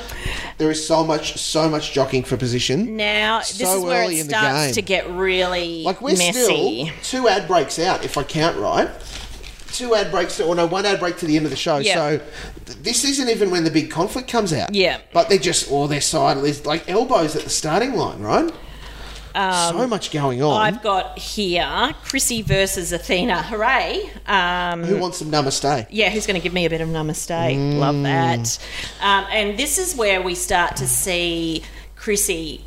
K: There is so much, so much jockeying for position.
D: now this
K: So
D: is where
K: early
D: it
K: in the game.
D: starts to get really
K: Like we're
D: messy.
K: still two ad breaks out, if I count right. Two ad breaks, or no, one ad break to the end of the show.
D: Yeah.
K: So th- this isn't even when the big conflict comes out.
D: Yeah.
K: But they're just, or they're side, there's like elbows at the starting line, right? so much going on.
D: Um, I've got here Chrissy versus Athena. Hooray! Um,
K: Who wants some namaste?
D: yeah, who's going to give me a bit of namaste?
K: Mm.
D: Love that. Um, and this is where we start to see Chrissy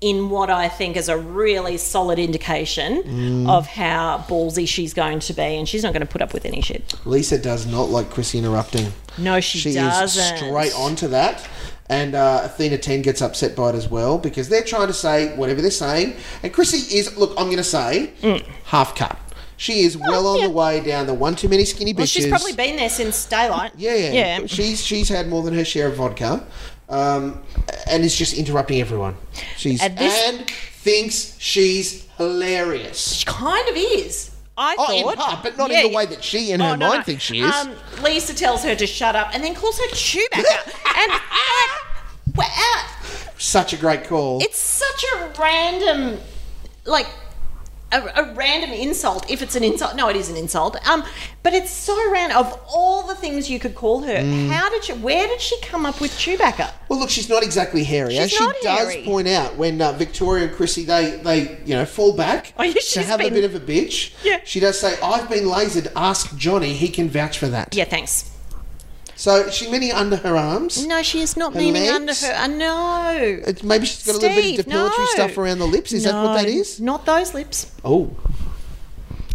D: in what I think is a really solid indication
K: Mm.
D: of how ballsy she's going to be, and she's not going to put up with any shit.
K: Lisa does not like Chrissy interrupting.
D: No, she,
K: She
D: doesn't.
K: is straight onto that. And uh, Athena 10 gets upset by it as well because they're trying to say whatever they're saying. And Chrissy is, look, I'm going to say,
D: Mm.
K: half cut. She is well on the way down the one too many skinny bitches.
D: Oh, Well, she's probably been there since daylight.
K: Yeah, yeah.
D: yeah.
K: She's she's had more than her share of vodka, um, and is just interrupting everyone. She's
D: At this-
K: and thinks she's hilarious.
D: She kind of is. I
K: Oh, in
D: thought,
K: part, but not
D: Yeah,
K: in the way that she in
D: Oh,
K: her
D: no,
K: mind
D: no.
K: thinks she is.
D: Um, Lisa tells her to shut up and then calls her Chewbacca. and like, wow,
K: Such a great call.
D: it's such a random, like, a, a random insult. If it's an insult, no, it is an insult. Um, but it's so random. Of all the things you could call her,
K: Mm.
D: how did you? Where did she come up with Chewbacca?
K: Well, look, she's not exactly hairy.
D: She's
K: As she
D: not
K: does
D: hairy.
K: point out when uh, Victoria and Chrissy they they you know fall back
D: Oh, yeah,
K: to
D: she's
K: have
D: been-
K: a bit of a bitch.
D: Yeah.
K: she does say, "I've been lasered. Ask Johnny; he can vouch for that."
D: Yeah, thanks.
K: So is she leaning under her arms.
D: No, she is not
K: Her
D: leaning
K: legs?
D: under her. uh, I know.
K: It's- Maybe she's got a little bit of
D: Steve,
K: depilatory
D: no.
K: stuff around the lips. Is that what that is?
D: Not those lips.
K: Oh,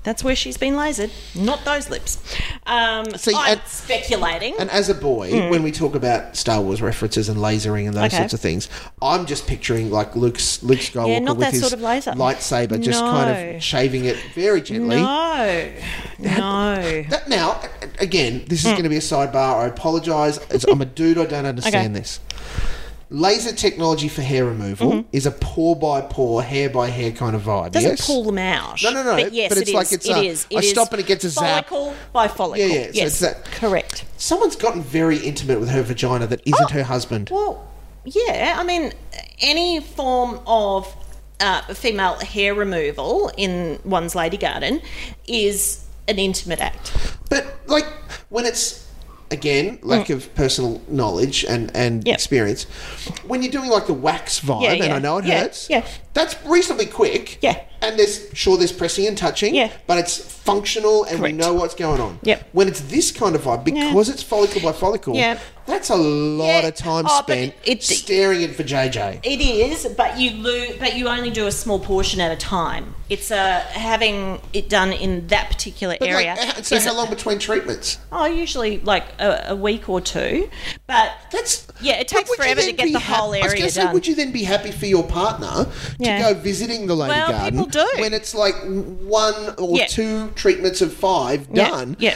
D: That's where she's been lasered. Not those lips. Um,
K: See,
D: I'm
K: and-
D: speculating.
K: And as a boy, when we talk about Star Wars references and lasering and those
D: Hmm. Okay.
K: sorts of things, I'm just picturing like Luke's Luke Skywalker
D: Yeah, not
K: with
D: that
K: his
D: sort of laser.
K: lightsaber, just kind
D: No.
K: of shaving it very gently.
D: no, no.
K: That now, a- again, this
D: Mm.
K: is going to be a sidebar. I apologise. It's- I'm a dude. I don't understand
D: Okay.
K: this. Laser technology for hair removal is a pore by pore, hair by hair kind of vibe.
D: Mm-hmm. Doesn't
K: yes?
D: pull them out.
K: No, no, no,
D: But yes,
K: but it's
D: it
K: like
D: is.
K: it's
D: It
K: a-
D: is. It
K: I
D: is
K: stop and it gets a zap.
D: Follicle by follicle.
K: Yeah, yeah, so
D: yes,
K: it's that-
D: correct.
K: Someone's gotten very intimate with her vagina that isn't her husband.
D: Oh, Well, yeah. I mean, any form of uh, female hair removal in one's lady garden is an intimate act.
K: But like when it's again lack
D: Mm.
K: of personal knowledge and and
D: Yep.
K: experience, when you're doing like the wax vibe,
D: Yeah,
K: and
D: yeah.
K: I know it
D: Yeah,
K: hurts.
D: yeah.
K: that's reasonably quick.
D: Yeah.
K: and there's sure there's pressing and touching.
D: Yeah.
K: but it's functional and
D: Correct.
K: we know what's going on.
D: Yep.
K: When it's this kind of vibe, because it's follicle by follicle.
D: Yeah.
K: that's a lot
D: Yeah.
K: of time
D: Oh, but
K: spent
D: it-
K: staring at for JJ.
D: It is, but you lose, but you only do a small portion at a time. It's uh, having it done in that particular
K: But
D: area.
K: like, uh, so
D: is-
K: how long between treatments?
D: Oh, usually like a, a week or two, but
K: That's
D: Yeah, it
K: but
D: takes
K: would you
D: forever to
K: then
D: get
K: be
D: the
K: hap-
D: whole
K: I was gonna
D: area
K: say,
D: done.
K: Would you then be happy for your partner
D: Yeah.
K: to go visiting the lady
D: Well,
K: garden
D: people do.
K: when it's like one or
D: Yeah.
K: two treatments of five
D: Yeah,
K: done?
D: yeah.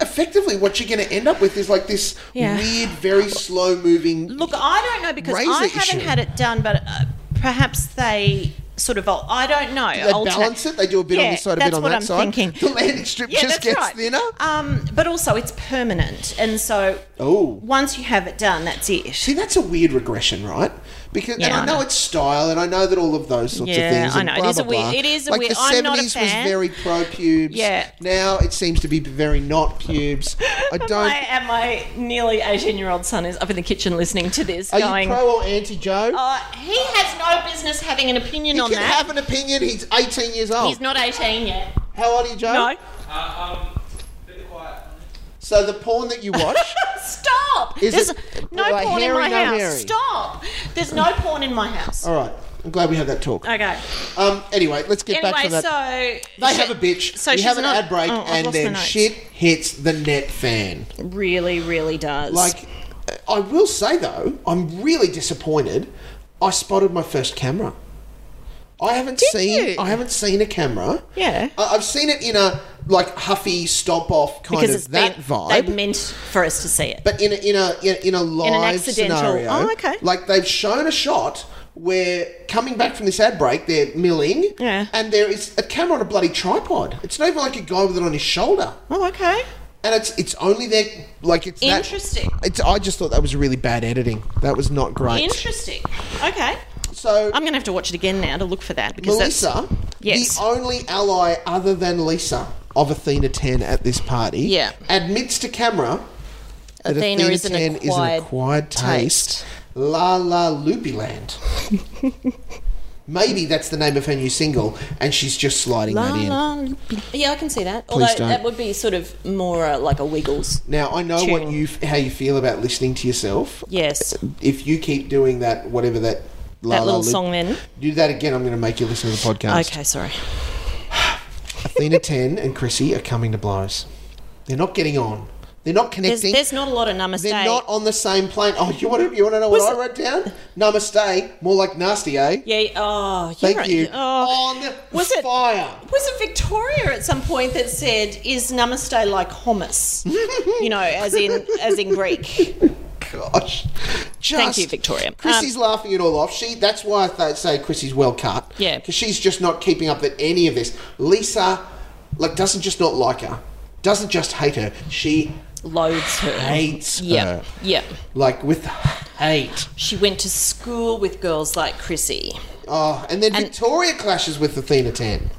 K: Effectively, what you're going to end up with is like this
D: Yeah.
K: weird, very slow moving.
D: look, I don't know because
K: Razor
D: I haven't
K: issue.
D: had it done, but uh, perhaps they sort of. I don't know.
K: They balance it. They do a bit on
D: Yeah,
K: this side, a
D: that's
K: bit on
D: what
K: that
D: I'm
K: side.
D: thinking.
K: The landing strip
D: Yeah,
K: just
D: that's
K: gets
D: right.
K: thinner.
D: Um, but also it's permanent, and so
K: Oh,
D: once you have it done, that's it.
K: see, that's a weird regression, right? Because and
D: Yeah,
K: I
D: I
K: know
D: know.
K: it's style, and I know that all of those sorts
D: Yeah,
K: of things.
D: I
K: and
D: know. It
K: Blah,
D: is a
K: blah,
D: weird-
K: blah.
D: it is a
K: like
D: weird-
K: The
D: I'm not a fan.
K: was very pro pubes.
D: Yeah.
K: Now it seems to be very not pubes. I don't.
D: My, and my nearly 18 year old son is up in the kitchen listening to this,
K: Are
D: going,
K: you pro or anti, Joe?
D: uh, He has no business having an opinion
K: he
D: on
K: can
D: that.
K: have an opinion. He's 18 years old.
D: He's not 18 yet.
K: How old are you, Joe?
D: No.
K: So the porn that you watch.
D: Stop!
K: Is
D: There's
K: it-
D: no
K: like
D: porn in
K: hairy,
D: my
K: no
D: house.
K: hairy?
D: Stop! There's no porn in my house.
K: all right. I'm glad we had that talk.
D: Okay.
K: Um. Anyway, let's get back to
D: Anyway,
K: that.
D: so
K: They have a bitch.
D: so
K: we
D: she's
K: have an
D: not-
K: ad break,
D: oh, I've
K: and
D: lost my
K: then
D: notes.
K: shit hits the net fan.
D: really, really does.
K: Like, I will say though, I'm really disappointed. I spotted my first camera. I haven't seen.
D: you?
K: I haven't seen a camera.
D: yeah,
K: I- I've seen it in a like huffy stomp off kind
D: because
K: of
D: it's
K: that
D: been,
K: vibe.
D: They meant for us to see it.
K: But in a, in a in a- in a live
D: accidental-
K: scenario,
D: Oh, okay.
K: Like they've shown a shot where coming back from this ad break, they're milling,
D: Yeah.
K: and there is a camera on a bloody tripod. It's not even like a guy with it on his shoulder,
D: oh, okay.
K: and it's it's only there like it's that-
D: Interesting.
K: it's I just thought that was really bad editing. That was not great.
D: Interesting. Okay.
K: so
D: I'm going to have to watch it again now to look for that because that's.
K: Melissa,
D: Yes.
K: the only ally other than Lisa of Athena Ten at this party,
D: Yeah.
K: admits to camera that
D: Athena
K: Athena,
D: is an
K: 10 is an
D: acquired
K: acquired taste.
D: taste.
K: La La Loopyland. Maybe that's the name of her new single, and she's just sliding that in.
D: Yeah, I can see that.
K: Please
D: Although
K: don't.
D: that would be sort of more uh, like a Wiggles.
K: Now I know what
D: Tune.
K: you f- how you feel about listening to yourself.
D: Yes.
K: If you keep doing that, whatever that La
D: that
K: La
D: little
K: Loop-
D: song then.
K: do that again. I'm going to make you listen to the podcast.
D: Okay, sorry.
K: Athena Ten and Chrissy are coming to blows. They're not getting on. They're not
D: There's,
K: connecting.
D: there's not a lot of namaste.
K: They're not on the same plane. Oh, you want to you want to know what
D: Was
K: I
D: it-
K: wrote down? Namaste, more like nasty, eh?
D: yeah. Oh,
K: Thank
D: you're-
K: you.
D: Oh.
K: on
D: Was it-
K: fire.
D: Was it Victoria at some point that said, "Is namaste like hummus?" you know, as in as in Greek.
K: Gosh. Just,
D: you, Victoria. Um,
K: Chrissy's laughing it all off. She that's why I th- say Chrissy's well cut.
D: Yeah.
K: Because she's just not keeping up that any of this. Lisa like doesn't just not like her. Doesn't just hate her. She
D: Loathes
K: Uh.
D: her.
K: hates
D: Yeah.
K: her.
D: Yeah.
K: Like with hate.
D: She went to school with girls like Chrissy.
K: Oh, and then Victoria clashes with Athena 10.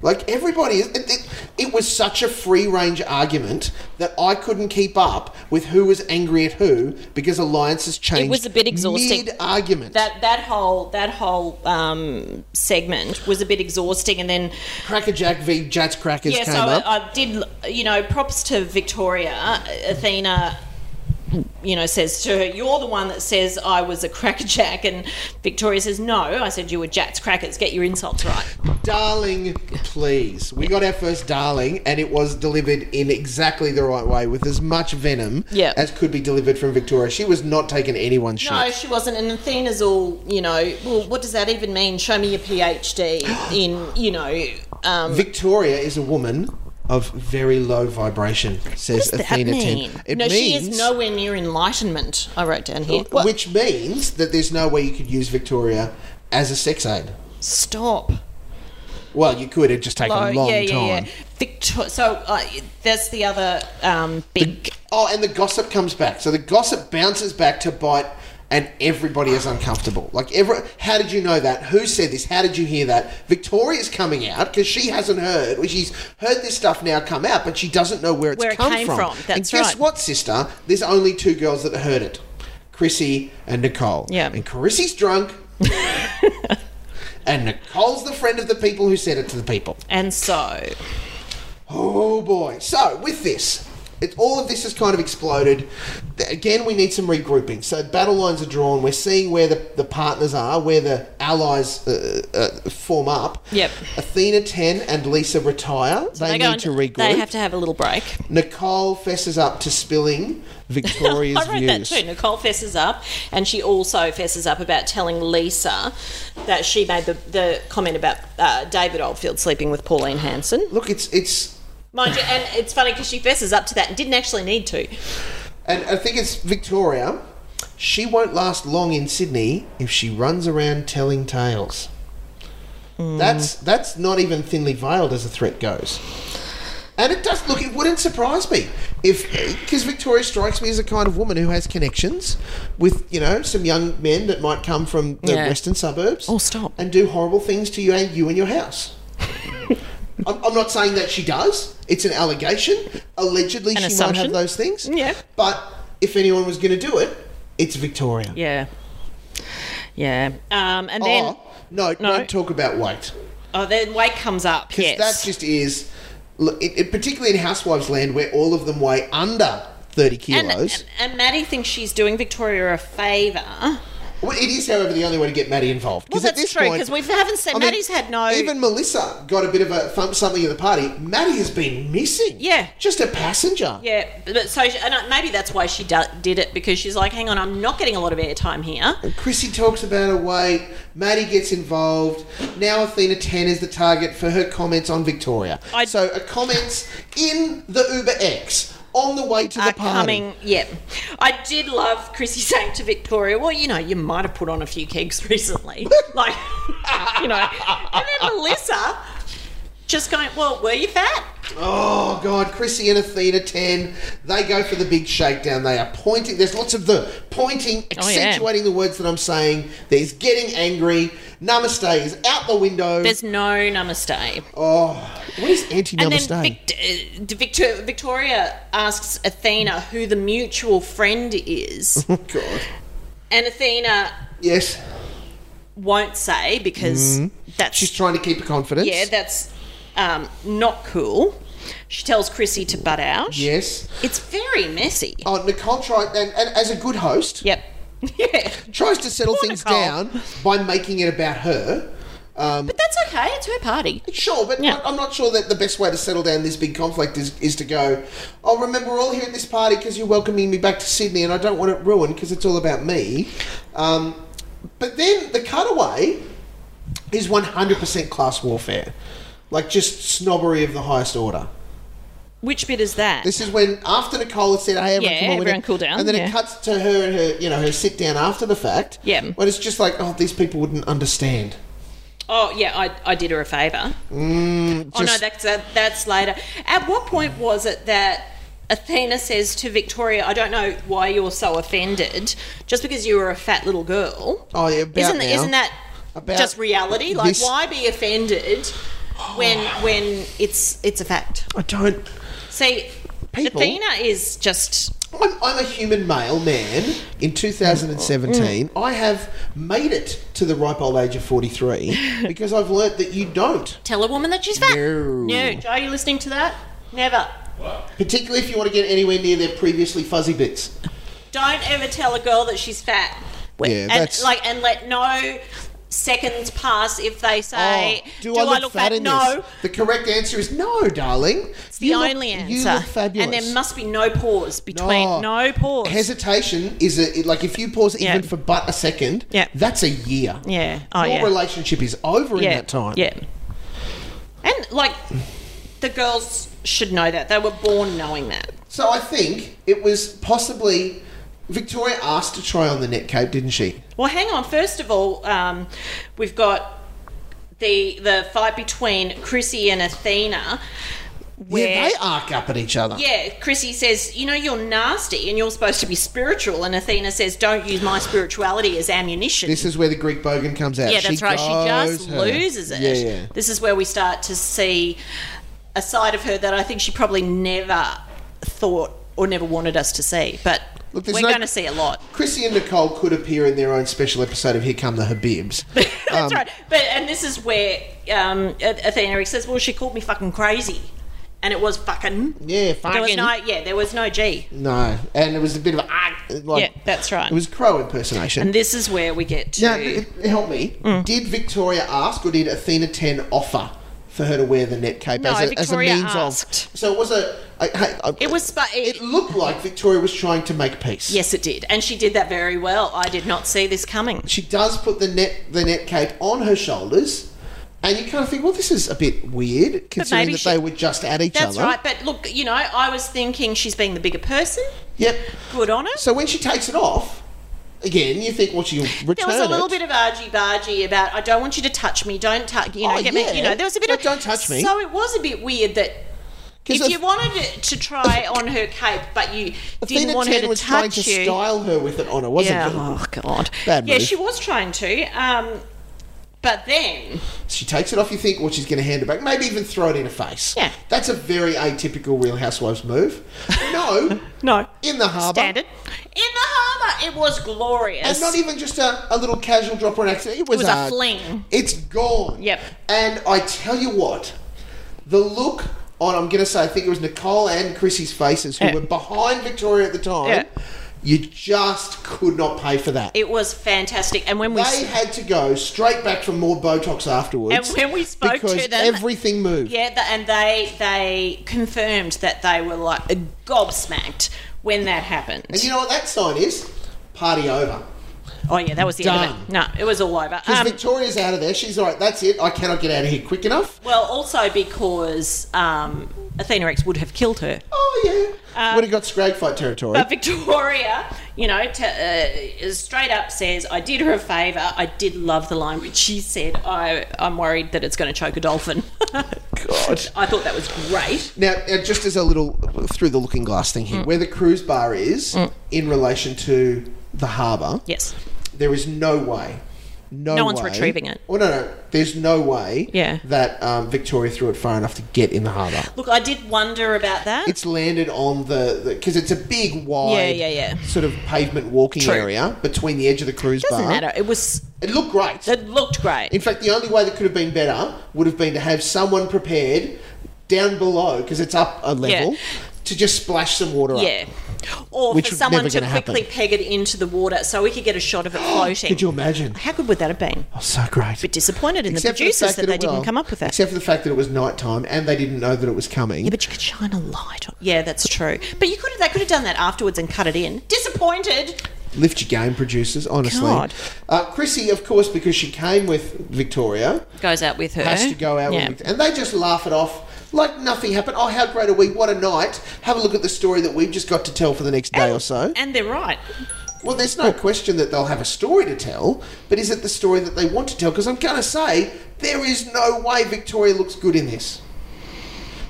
K: Like everybody, is- it, it, it was such a free range argument that I couldn't keep up with who was angry at who because alliances changed.
D: was a bit exhausting.
K: Mid argument.
D: That that whole that whole um, segment was a bit exhausting, and then
K: Crackerjack v Jats Crackers
D: yeah,
K: came
D: so
K: up.
D: I, I did. You know, props to Victoria, Athena. You know, says to her, "You're the one that says I was a crackerjack," and Victoria says, "No, I said you were Jats crackers. Get your insults right."
K: darling, please. We got our first darling, and it was delivered in exactly the right way with as much venom
D: Yeah.
K: as could be delivered from Victoria. She was not taking anyone's shit.
D: No, she wasn't. And Athena's all, you know, well, what does that even mean? Show me your PhD in, you know, um,
K: Victoria is a woman of very low vibration, says
D: that
K: Athena
D: mean?
K: 10. It
D: no, she
K: means,
D: is nowhere near enlightenment. I wrote down here. What?
K: which means that there's no way you could use Victoria as a sex aid.
D: Stop.
K: Well, you could. It'd just take
D: Low,
K: a long
D: yeah, yeah,
K: time.
D: yeah. Victor- so uh, that's the other um, big.
K: Oh, and the gossip comes back. So the gossip bounces back to bite, and everybody is uncomfortable. Like, every, how did you know that? Who said this? How did you hear that? Victoria's coming out because she hasn't heard. Well, she's heard this stuff now come out, but she doesn't know where it's
D: Where it
K: come
D: came
K: from.
D: from.
K: and
D: That's
K: guess
D: right.
K: what, sister? There's only two girls that heard it Chrissy and Nicole.
D: Yeah.
K: And Chrissy's drunk. And Nicole's the friend of the people who said it to the people.
D: And so,
K: Oh boy. So, with this, it, all of this has kind of exploded. Th- Again, we need some regrouping. So, battle lines are drawn. We're seeing where the, the partners are, where the allies uh, uh, form up.
D: Yep.
K: Athena 10 and Lisa retire. they, need
D: go on-
K: to regroup.
D: They have to have a little break.
K: Nicole fesses up to spilling Victoria's
D: I wrote
K: views.
D: that too. Nicole fesses up, and she also fesses up about telling Lisa that she made the, the comment about uh, David Oldfield sleeping with Pauline Hanson.
K: Look, it's it's
D: Mind you, and it's funny because she fesses up to that and didn't actually need to.
K: And I think it's Victoria. She won't last long in Sydney if she runs around telling tales.
L: Hmm.
K: That's that's not even thinly veiled as the threat goes. And it does look. It wouldn't surprise me if because Victoria strikes me as a kind of woman who has connections with you know some young men that might come from the
L: Yeah.
K: western suburbs.
L: Oh, stop.
K: And do horrible things to you and you and your house. I'm, I'm not saying that she does. It's an allegation. Allegedly,
L: An
K: she might
L: assumption.
K: have those things. Yeah. But if anyone was going to do it, it's Victoria.
L: Yeah. Yeah.
D: Um, and then
K: Oh. No, don't talk about weight.
D: oh, then weight comes up.
K: Because
D: Yes.
K: that just is, look, it, it, particularly in Housewives Land, where all of them weigh under 30
D: and,
K: kilos.
D: and, and Maddie thinks she's doing Victoria a favour.
K: well, it is, however, the only way to get Maddie involved.
D: Well,
K: at
D: that's
K: this
D: true
K: point-
D: because we haven't said
K: I mean,
D: Maddie's had no.
K: Even Melissa got a bit of a thump something at the party. Maddie has been missing.
D: Yeah.
K: Just a passenger.
D: yeah, but so she, and uh, maybe that's why she do, did it because she's like, hang on, I'm not getting a lot of airtime here.
K: Chrissy talks about her weight. Maddie gets involved. Now Athena 10 is the target for her comments on Victoria. so, her comments in the Uber X on the way to the party.
D: Coming, yeah. I did love Chrissy saying to Victoria, "Well, you know, you might have put on a few kegs recently, like, you know." And then Melissa just going, "Well, were you fat?"
K: Oh God, Chrissy and Athena ten. They go for the big shakedown. They are pointing. There's lots of the pointing,
L: Oh, yeah.
K: accentuating the words that I'm saying. There's getting angry. Namaste is out the window.
D: There's no namaste.
K: oh, what is anti-namaste?
D: And then Vic- uh, Victor- Victoria asks Athena who the mutual friend is,
K: oh God.
D: and Athena
K: Yes.
D: won't say because
K: Mm.
D: that's
K: she's trying to keep her confidence.
D: yeah, that's um, not cool. She tells Chrissy to butt out.
K: Yes.
D: It's very messy.
K: Oh, Nicole tried, and, and as a good host,
D: yep, yeah,
K: tries to settle things down by making it about her. Um,
D: but that's okay. It's her party.
K: Sure, but I- I'm not sure that the best way to settle down this big conflict is, is to go, oh, remember, we're all here at this party because you're welcoming me back to Sydney and I don't want it ruined because it's all about me. Um, but then the cutaway is 100% class warfare. Like, just snobbery of the highest order.
D: Which bit is that?
K: This is when, after Nicole had said, hey, everyone,
D: Yeah,
K: come on with
D: everyone
K: it,"
D: cool down,
K: And then
D: yeah.
K: it cuts to her and her, you know, her sit down after the fact.
D: Yeah.
K: When it's just like, oh, these people wouldn't understand.
D: Oh yeah, I, I did her a favour.
K: Mm,
D: Oh no,
K: just-
D: that's that, that's later. At what point was it that Athena says to Victoria, "I don't know why you're so offended, just because you were a fat little girl."
K: Oh, yeah, about
D: isn't
K: now.
D: isn't that
K: About
D: just reality? Like,
K: this-
D: why be offended when when it's it's a fact?
K: I don't.
D: See,
K: People-
D: Athena is just
K: I'm, I'm a human male man in 2017.
D: Mm.
K: I have made it to the ripe old age of 43 because I've learnt that you don't.
D: tell a woman that she's fat.
K: No.
D: no Joe, are you listening to that? Never.
K: Particularly if you want to get anywhere near their previously fuzzy bits.
D: Don't ever tell a girl that she's fat.
K: yeah,
D: and like and let no seconds pass if they say
K: Oh, do, I look, fat, in
D: no
K: this? The correct answer is no, darling. It's
D: the only answer
K: You look fabulous.
D: and there must be no pause between no, pause
K: Hesitation is a, it- like if you pause even for but a second, yeah. that's a year.
D: Yeah. Oh,
K: Your
D: yeah.
K: relationship is over in
D: Yeah.
K: that time.
D: Yeah. and like the girls should know that they were born knowing that
K: So I think it was possibly Victoria asked to try on the net cape, didn't she?
D: well hang on first of all um, we've got the the fight between Chrissy and Athena where
K: yeah, they arc up at each other.
D: Yeah, Chrissy says, you know, you're nasty and you're supposed to be spiritual. And Athena says, don't use my spirituality as ammunition.
K: This is where the Greek bogan comes out.
D: yeah, that's right. She
K: goes
D: just
K: her.
D: loses it.
K: Yeah, yeah.
D: This is where we start to see a side of her that I think she probably never thought or never wanted us to see. But
K: there's
D: we're
K: no-
D: going to see a lot.
K: Chrissy and Nicole could appear in their own special episode of Here Come the Habibs.
D: That's
K: Um,
D: right. But and this is where um, A- Athena says, well, she called me fucking crazy. And it was fucking.
K: Yeah,
D: There was
K: fucking.
D: no, yeah, there was no G.
K: No, and it was a bit of a ah, like
D: yeah, that's right.
K: it was crow impersonation.
D: and this is where we get to.
K: now, it- help me.
D: Mm.
K: Did Victoria ask or did Athena Ten offer for her to wear the net cape
D: No,
K: as, a, as a
D: Victoria
K: means
D: asked.
K: of? So it was a. I, I, I-
D: It was, but it,
K: looked like Victoria was trying to make peace.
D: Yes, it did, and she did that very well. I did not see this coming.
K: She does put the net the net cape on her shoulders, and you kind of think, well, this is a bit weird, considering
D: maybe
K: that
D: she-
K: they were just at each
D: That's
K: other.
D: right. But look, you know, I was thinking she's being the bigger person.
K: Yep.
D: Good on her.
K: So when she takes it off, Again, you think, well, she'll return
D: There was a little
K: it.
D: bit of argy bargy about I don't want you to touch me, don't touch you know,
K: Oh,
D: get
K: yeah.
D: me you know, there was a bit
K: Like,
D: of
K: "Don't touch me."
D: So it was a bit weird that
K: 'Cause
D: if
K: Ath-
D: you wanted to- to try on her cape but you didn't
K: Athena
D: want her
K: 10
D: to
K: was trying
D: touch
K: to
D: you.
K: style her with it on her, wasn't
D: Yeah.
K: she?
D: Oh, God.
K: Bad
D: yeah,
K: move.
D: she was trying to. Um but then
K: She takes it off, you think, well, she's going to hand it back. Maybe even throw it in her face. Yeah. That's a very atypical Real Housewives move. No.
D: no.
K: In the harbour.
D: Standard. in the harbour it was glorious.
K: And not even just a, a little casual drop or an accident. It
D: it
K: was,
D: was a fling.
K: It's gone.
D: Yep.
K: And I tell you what, the look on, I'm going to say, I think it was Nicole and Chrissy's faces, who
D: Yeah.
K: were behind Victoria at the time,
D: Yeah.
K: you just could not pay for that.
D: It was fantastic. And when we
K: They had to go straight back for more Botox afterwards.
D: And when we spoke to
K: because
D: them-
K: everything moved.
D: Yeah, th and they they confirmed that they were like gobsmacked when that happened.
K: And you know what that sign is? Party over.
D: Oh yeah, that was the end
K: Done.
D: of it. No, it was all over. Um,
K: Because Victoria's out of there. She's all right. That's it. I cannot get out of here quick enough.
D: Well, also because um, Athena X would have killed her.
K: Oh yeah, Would have got scrag fight territory.
D: Uh, But Uh, Victoria, you know, t- uh, is straight up says, "I did her a favour. I did love the line which she said, I, I'm worried that it's going to choke a dolphin.'
K: God.
D: I thought that was great.
K: Now, now, just as a little through the looking glass thing
D: Mm.
K: here, where the cruise bar is in relation to the harbour.
D: Yes.
K: There is no way. No,
D: No one's
K: way-
D: retrieving it.
K: Oh no, no. There's no way.
D: Yeah.
K: That um, Victoria threw it far enough to get in the harbour.
D: Look, I did wonder about that.
K: It's landed on the because it's a big wide
D: Yeah, yeah, yeah.
K: sort of pavement walking
D: True.
K: area between the edge of the cruise
D: Doesn't
K: bar.
D: matter. It was.
K: It looked great.
D: It looked great.
K: In fact, the only way that could have been better would have been to have someone prepared down below because it's up a level to just splash some water up.
D: Yeah. Or
K: Which
D: for
K: was
D: someone
K: never
D: to
K: gonna happen.
D: quickly peg it into the water so we could get a shot of it floating.
K: Could you imagine?
D: How good would that have been?
K: Oh, so great.
D: Bit disappointed in
K: Except for the
D: the producers
K: fact
D: that,
K: that
D: they
K: it-
D: didn't
K: well,
D: come up with that.
K: Except for the fact that it was nighttime and they didn't know that it was coming. Yeah,
D: but you could shine a light on. Yeah, that's true. But you could have they could have done that afterwards and cut it in. Disappointed.
K: Lift your game, producers, honestly.
D: God.
K: Uh, Chrissy, of course, because she came with Victoria,
D: Goes out with her.
K: has to go out
D: Eh? Yeah.
K: with Victoria. And they just laugh it off like nothing happened. Oh, how great are we? What a night. Have a look at the story that we've just got to tell for the next day or so.
D: And they're right.
K: Well, there's no question that they'll have a story to tell, but is it the story that they want to tell? Because I'm going to say there is no way Victoria looks good in this.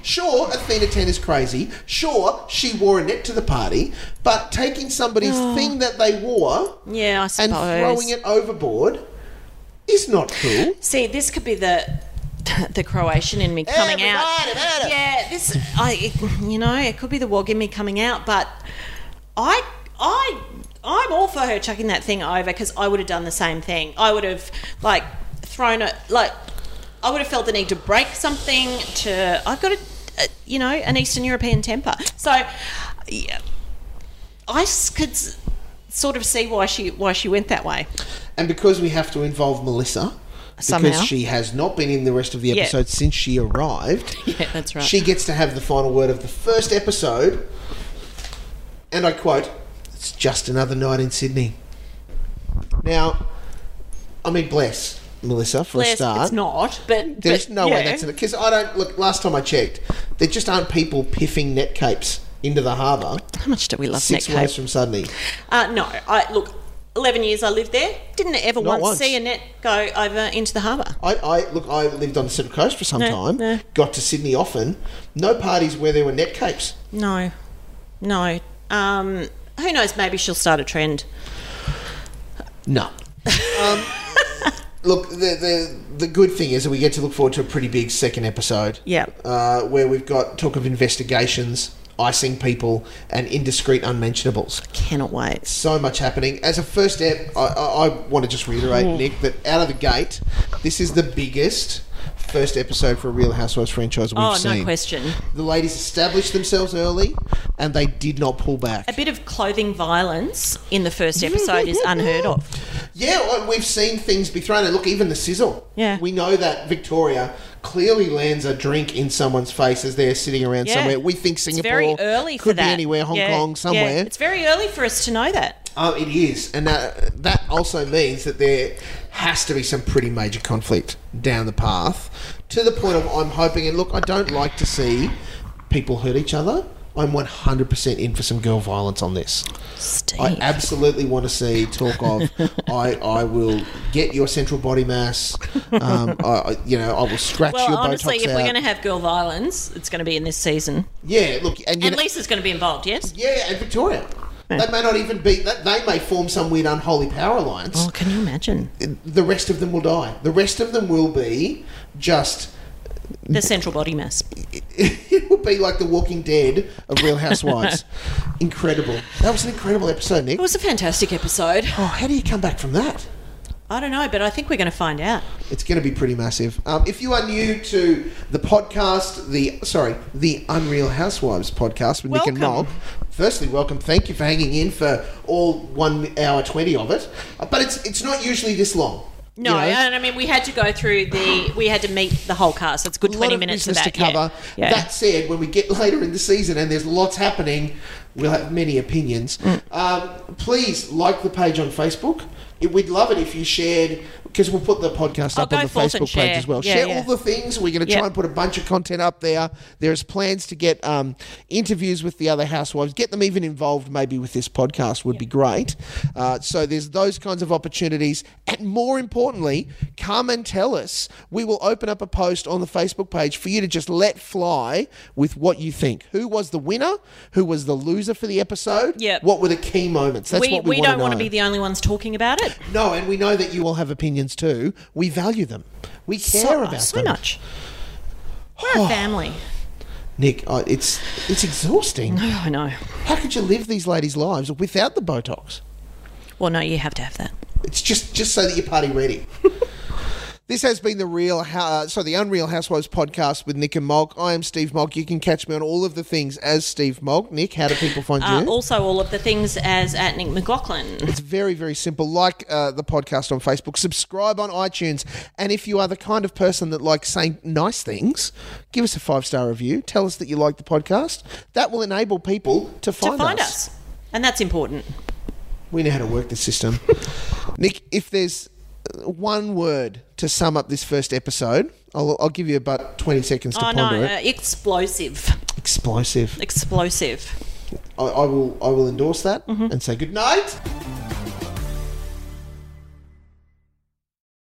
K: Sure, Athena 10 is crazy. Sure, she wore a net to the party, but taking somebody's
D: Oh.
K: thing that they wore
D: Yeah, I
K: and
D: suppose.
K: throwing it overboard is not cool.
D: See, this could be the the Croatian in me coming out. Yeah, this I you know, it could be the wog in me coming out, but I I I'm all for her chucking that thing over cuz I would have done the same thing. I would have like thrown it like I would have felt the need to break something to I've got a uh, you know, an Eastern European temper. So yeah, I s- could s- sort of see why she why she went that way.
K: And because we have to involve Melissa,
D: Somehow.
K: because she has not been in the rest of the
D: Yeah.
K: episode since she arrived,
D: Yeah, that's right.
K: She gets to have the final word of the first episode, and I quote, It's just another night in Sydney. Now, I mean, bless Melissa for a
D: Bless,
K: start.
D: It's not, but
K: There's
D: but,
K: no way
D: yeah.
K: that's in it. Because I don't, look, last time I checked, there just aren't people piffing net capes into the harbour.
D: How much do we love
K: Six
D: net
K: ways
D: cape?
K: from Sydney.
D: Uh, no, I look. Eleven years I lived there. Didn't ever
K: Not
D: once,
K: once.
D: see a net go over into the harbour.
K: I, I look. I lived on the Central Coast for some
D: No,
K: time.
D: no.
K: Got to Sydney often. No parties where there were net capes.
D: No, no. Um, who knows? Maybe she'll start a trend.
K: No. um, look, the, the the good thing is that we get to look forward to a pretty big second episode.
D: Yeah.
K: Uh, where we've got talk of investigations, icing people, and indiscreet unmentionables.
D: Cannot wait.
K: So much happening. As a first step, I, I, I want to just reiterate,
D: Yeah.
K: Nick, that out of the gate, this is the biggest first episode for a Real Housewives franchise we've
D: oh,
K: seen.
D: no question.
K: The ladies established themselves early, and they did not pull back.
D: A bit of clothing violence in the first episode is unheard of.
K: Yeah, well, we've seen things be thrown. And look, even the sizzle. Yeah. We know that Victoria clearly lands a drink in someone's face as they're sitting around
D: Yeah.
K: somewhere. We think
D: It's
K: Singapore
D: very early
K: could
D: for that.
K: be anywhere, Hong
D: Yeah,
K: Kong,
D: yeah.
K: somewhere.
D: It's very early for us to know that.
K: Oh, it is, and that that also means that there has to be some pretty major conflict down the path, to the point of I'm hoping. And look, I don't like to see people hurt each other. I'm 100% in for some girl violence on this. I
L: Steve.
K: absolutely want to see talk of. I I will get your central body mass. Um, I, I- you know, I will scratch
D: Well,
K: your
D: honestly,
K: Botox
D: if
K: out.
D: we're going to have girl violence, it's going to be in this season.
K: yeah, look, and
D: And,
K: you know,
D: Lisa's going to be involved, yes?
K: Yeah, and Victoria. They may not even be. That they may form some weird unholy power alliance.
D: Oh, can you imagine?
K: The rest of them will die. The rest of them will be just.
D: The central body mass.
K: It will be like the Walking Dead of Real Housewives. incredible. That was an incredible episode, Nick.
D: It was a fantastic episode. Oh,
K: how do you come back from that?
D: I don't know, but I think we're going to find out.
K: It's going to be pretty massive. Um, if you are new to the podcast, the sorry, the Unreal Housewives podcast with Nick and Mob, firstly, welcome. Thank you for hanging in for all one hour twenty of it. Uh, But it's it's not usually this long.
D: No,
K: you know?
D: and I mean, we had to go through the, we had to meet the whole cast. It's a good 20 minutes for
K: business
D: that.
K: to cover.
D: Yeah.
K: That said, when we get later in the season and there's lots happening, we'll have many opinions.
D: Mm.
K: Um, please like the page on Facebook. It, we'd love it if you shared because we'll put the podcast
D: Oh,
K: up
D: go
K: on the
D: forth and
K: Facebook page
D: share.
K: as well.
D: Yeah,
K: share
D: yeah.
K: all the things. We're going to
D: Yeah.
K: try and put a bunch of content up there. There's plans to get um, interviews with the other housewives. Get them even involved, maybe with this podcast would be great. Uh, so there's those kinds of opportunities, and more importantly, come and tell us. We will open up a post on the Facebook page for you to just let fly with what you think. Who was the winner? Who was the loser for the episode?
D: Yep.
K: What were the key moments? That's
D: we
K: what we,
D: we don't
K: want
D: to be the only ones talking about it.
K: no, and we know that you all have opinions too. We value them. We care
D: So-
K: about
D: so
K: them Oh.
D: much. We're a family.
K: Nick, I it's it's exhausting.
D: Oh, I know.
K: How could you live these ladies' lives without the Botox?
D: Well, no, you have to have that.
K: It's just just so that you're party ready. This has been the real, Hou- uh, so the Unreal Housewives podcast with Nick and Mog. I am Steve Mog. You can catch me on all of the things as Steve Mog. Nick, how do people find
D: Uh,
K: you?
D: also, all of the things as at Nick McLaughlin.
K: It's very, very simple. Like uh, the podcast on Facebook, subscribe on iTunes. And if you are the kind of person that likes saying nice things, give us a five star review. Tell us that you like the podcast. That will enable people to
D: to
K: find,
D: find
K: us.
D: us. And that's important.
K: We know how to work the system. Nick, if there's uh, one word to sum up this first episode, I'll, I'll give you about 20 seconds to
D: Oh, no.
K: ponder
D: Uh,
K: it.
D: explosive.
K: Explosive.
D: Explosive. Mm-hmm.
K: I, I will I will endorse that and say good night.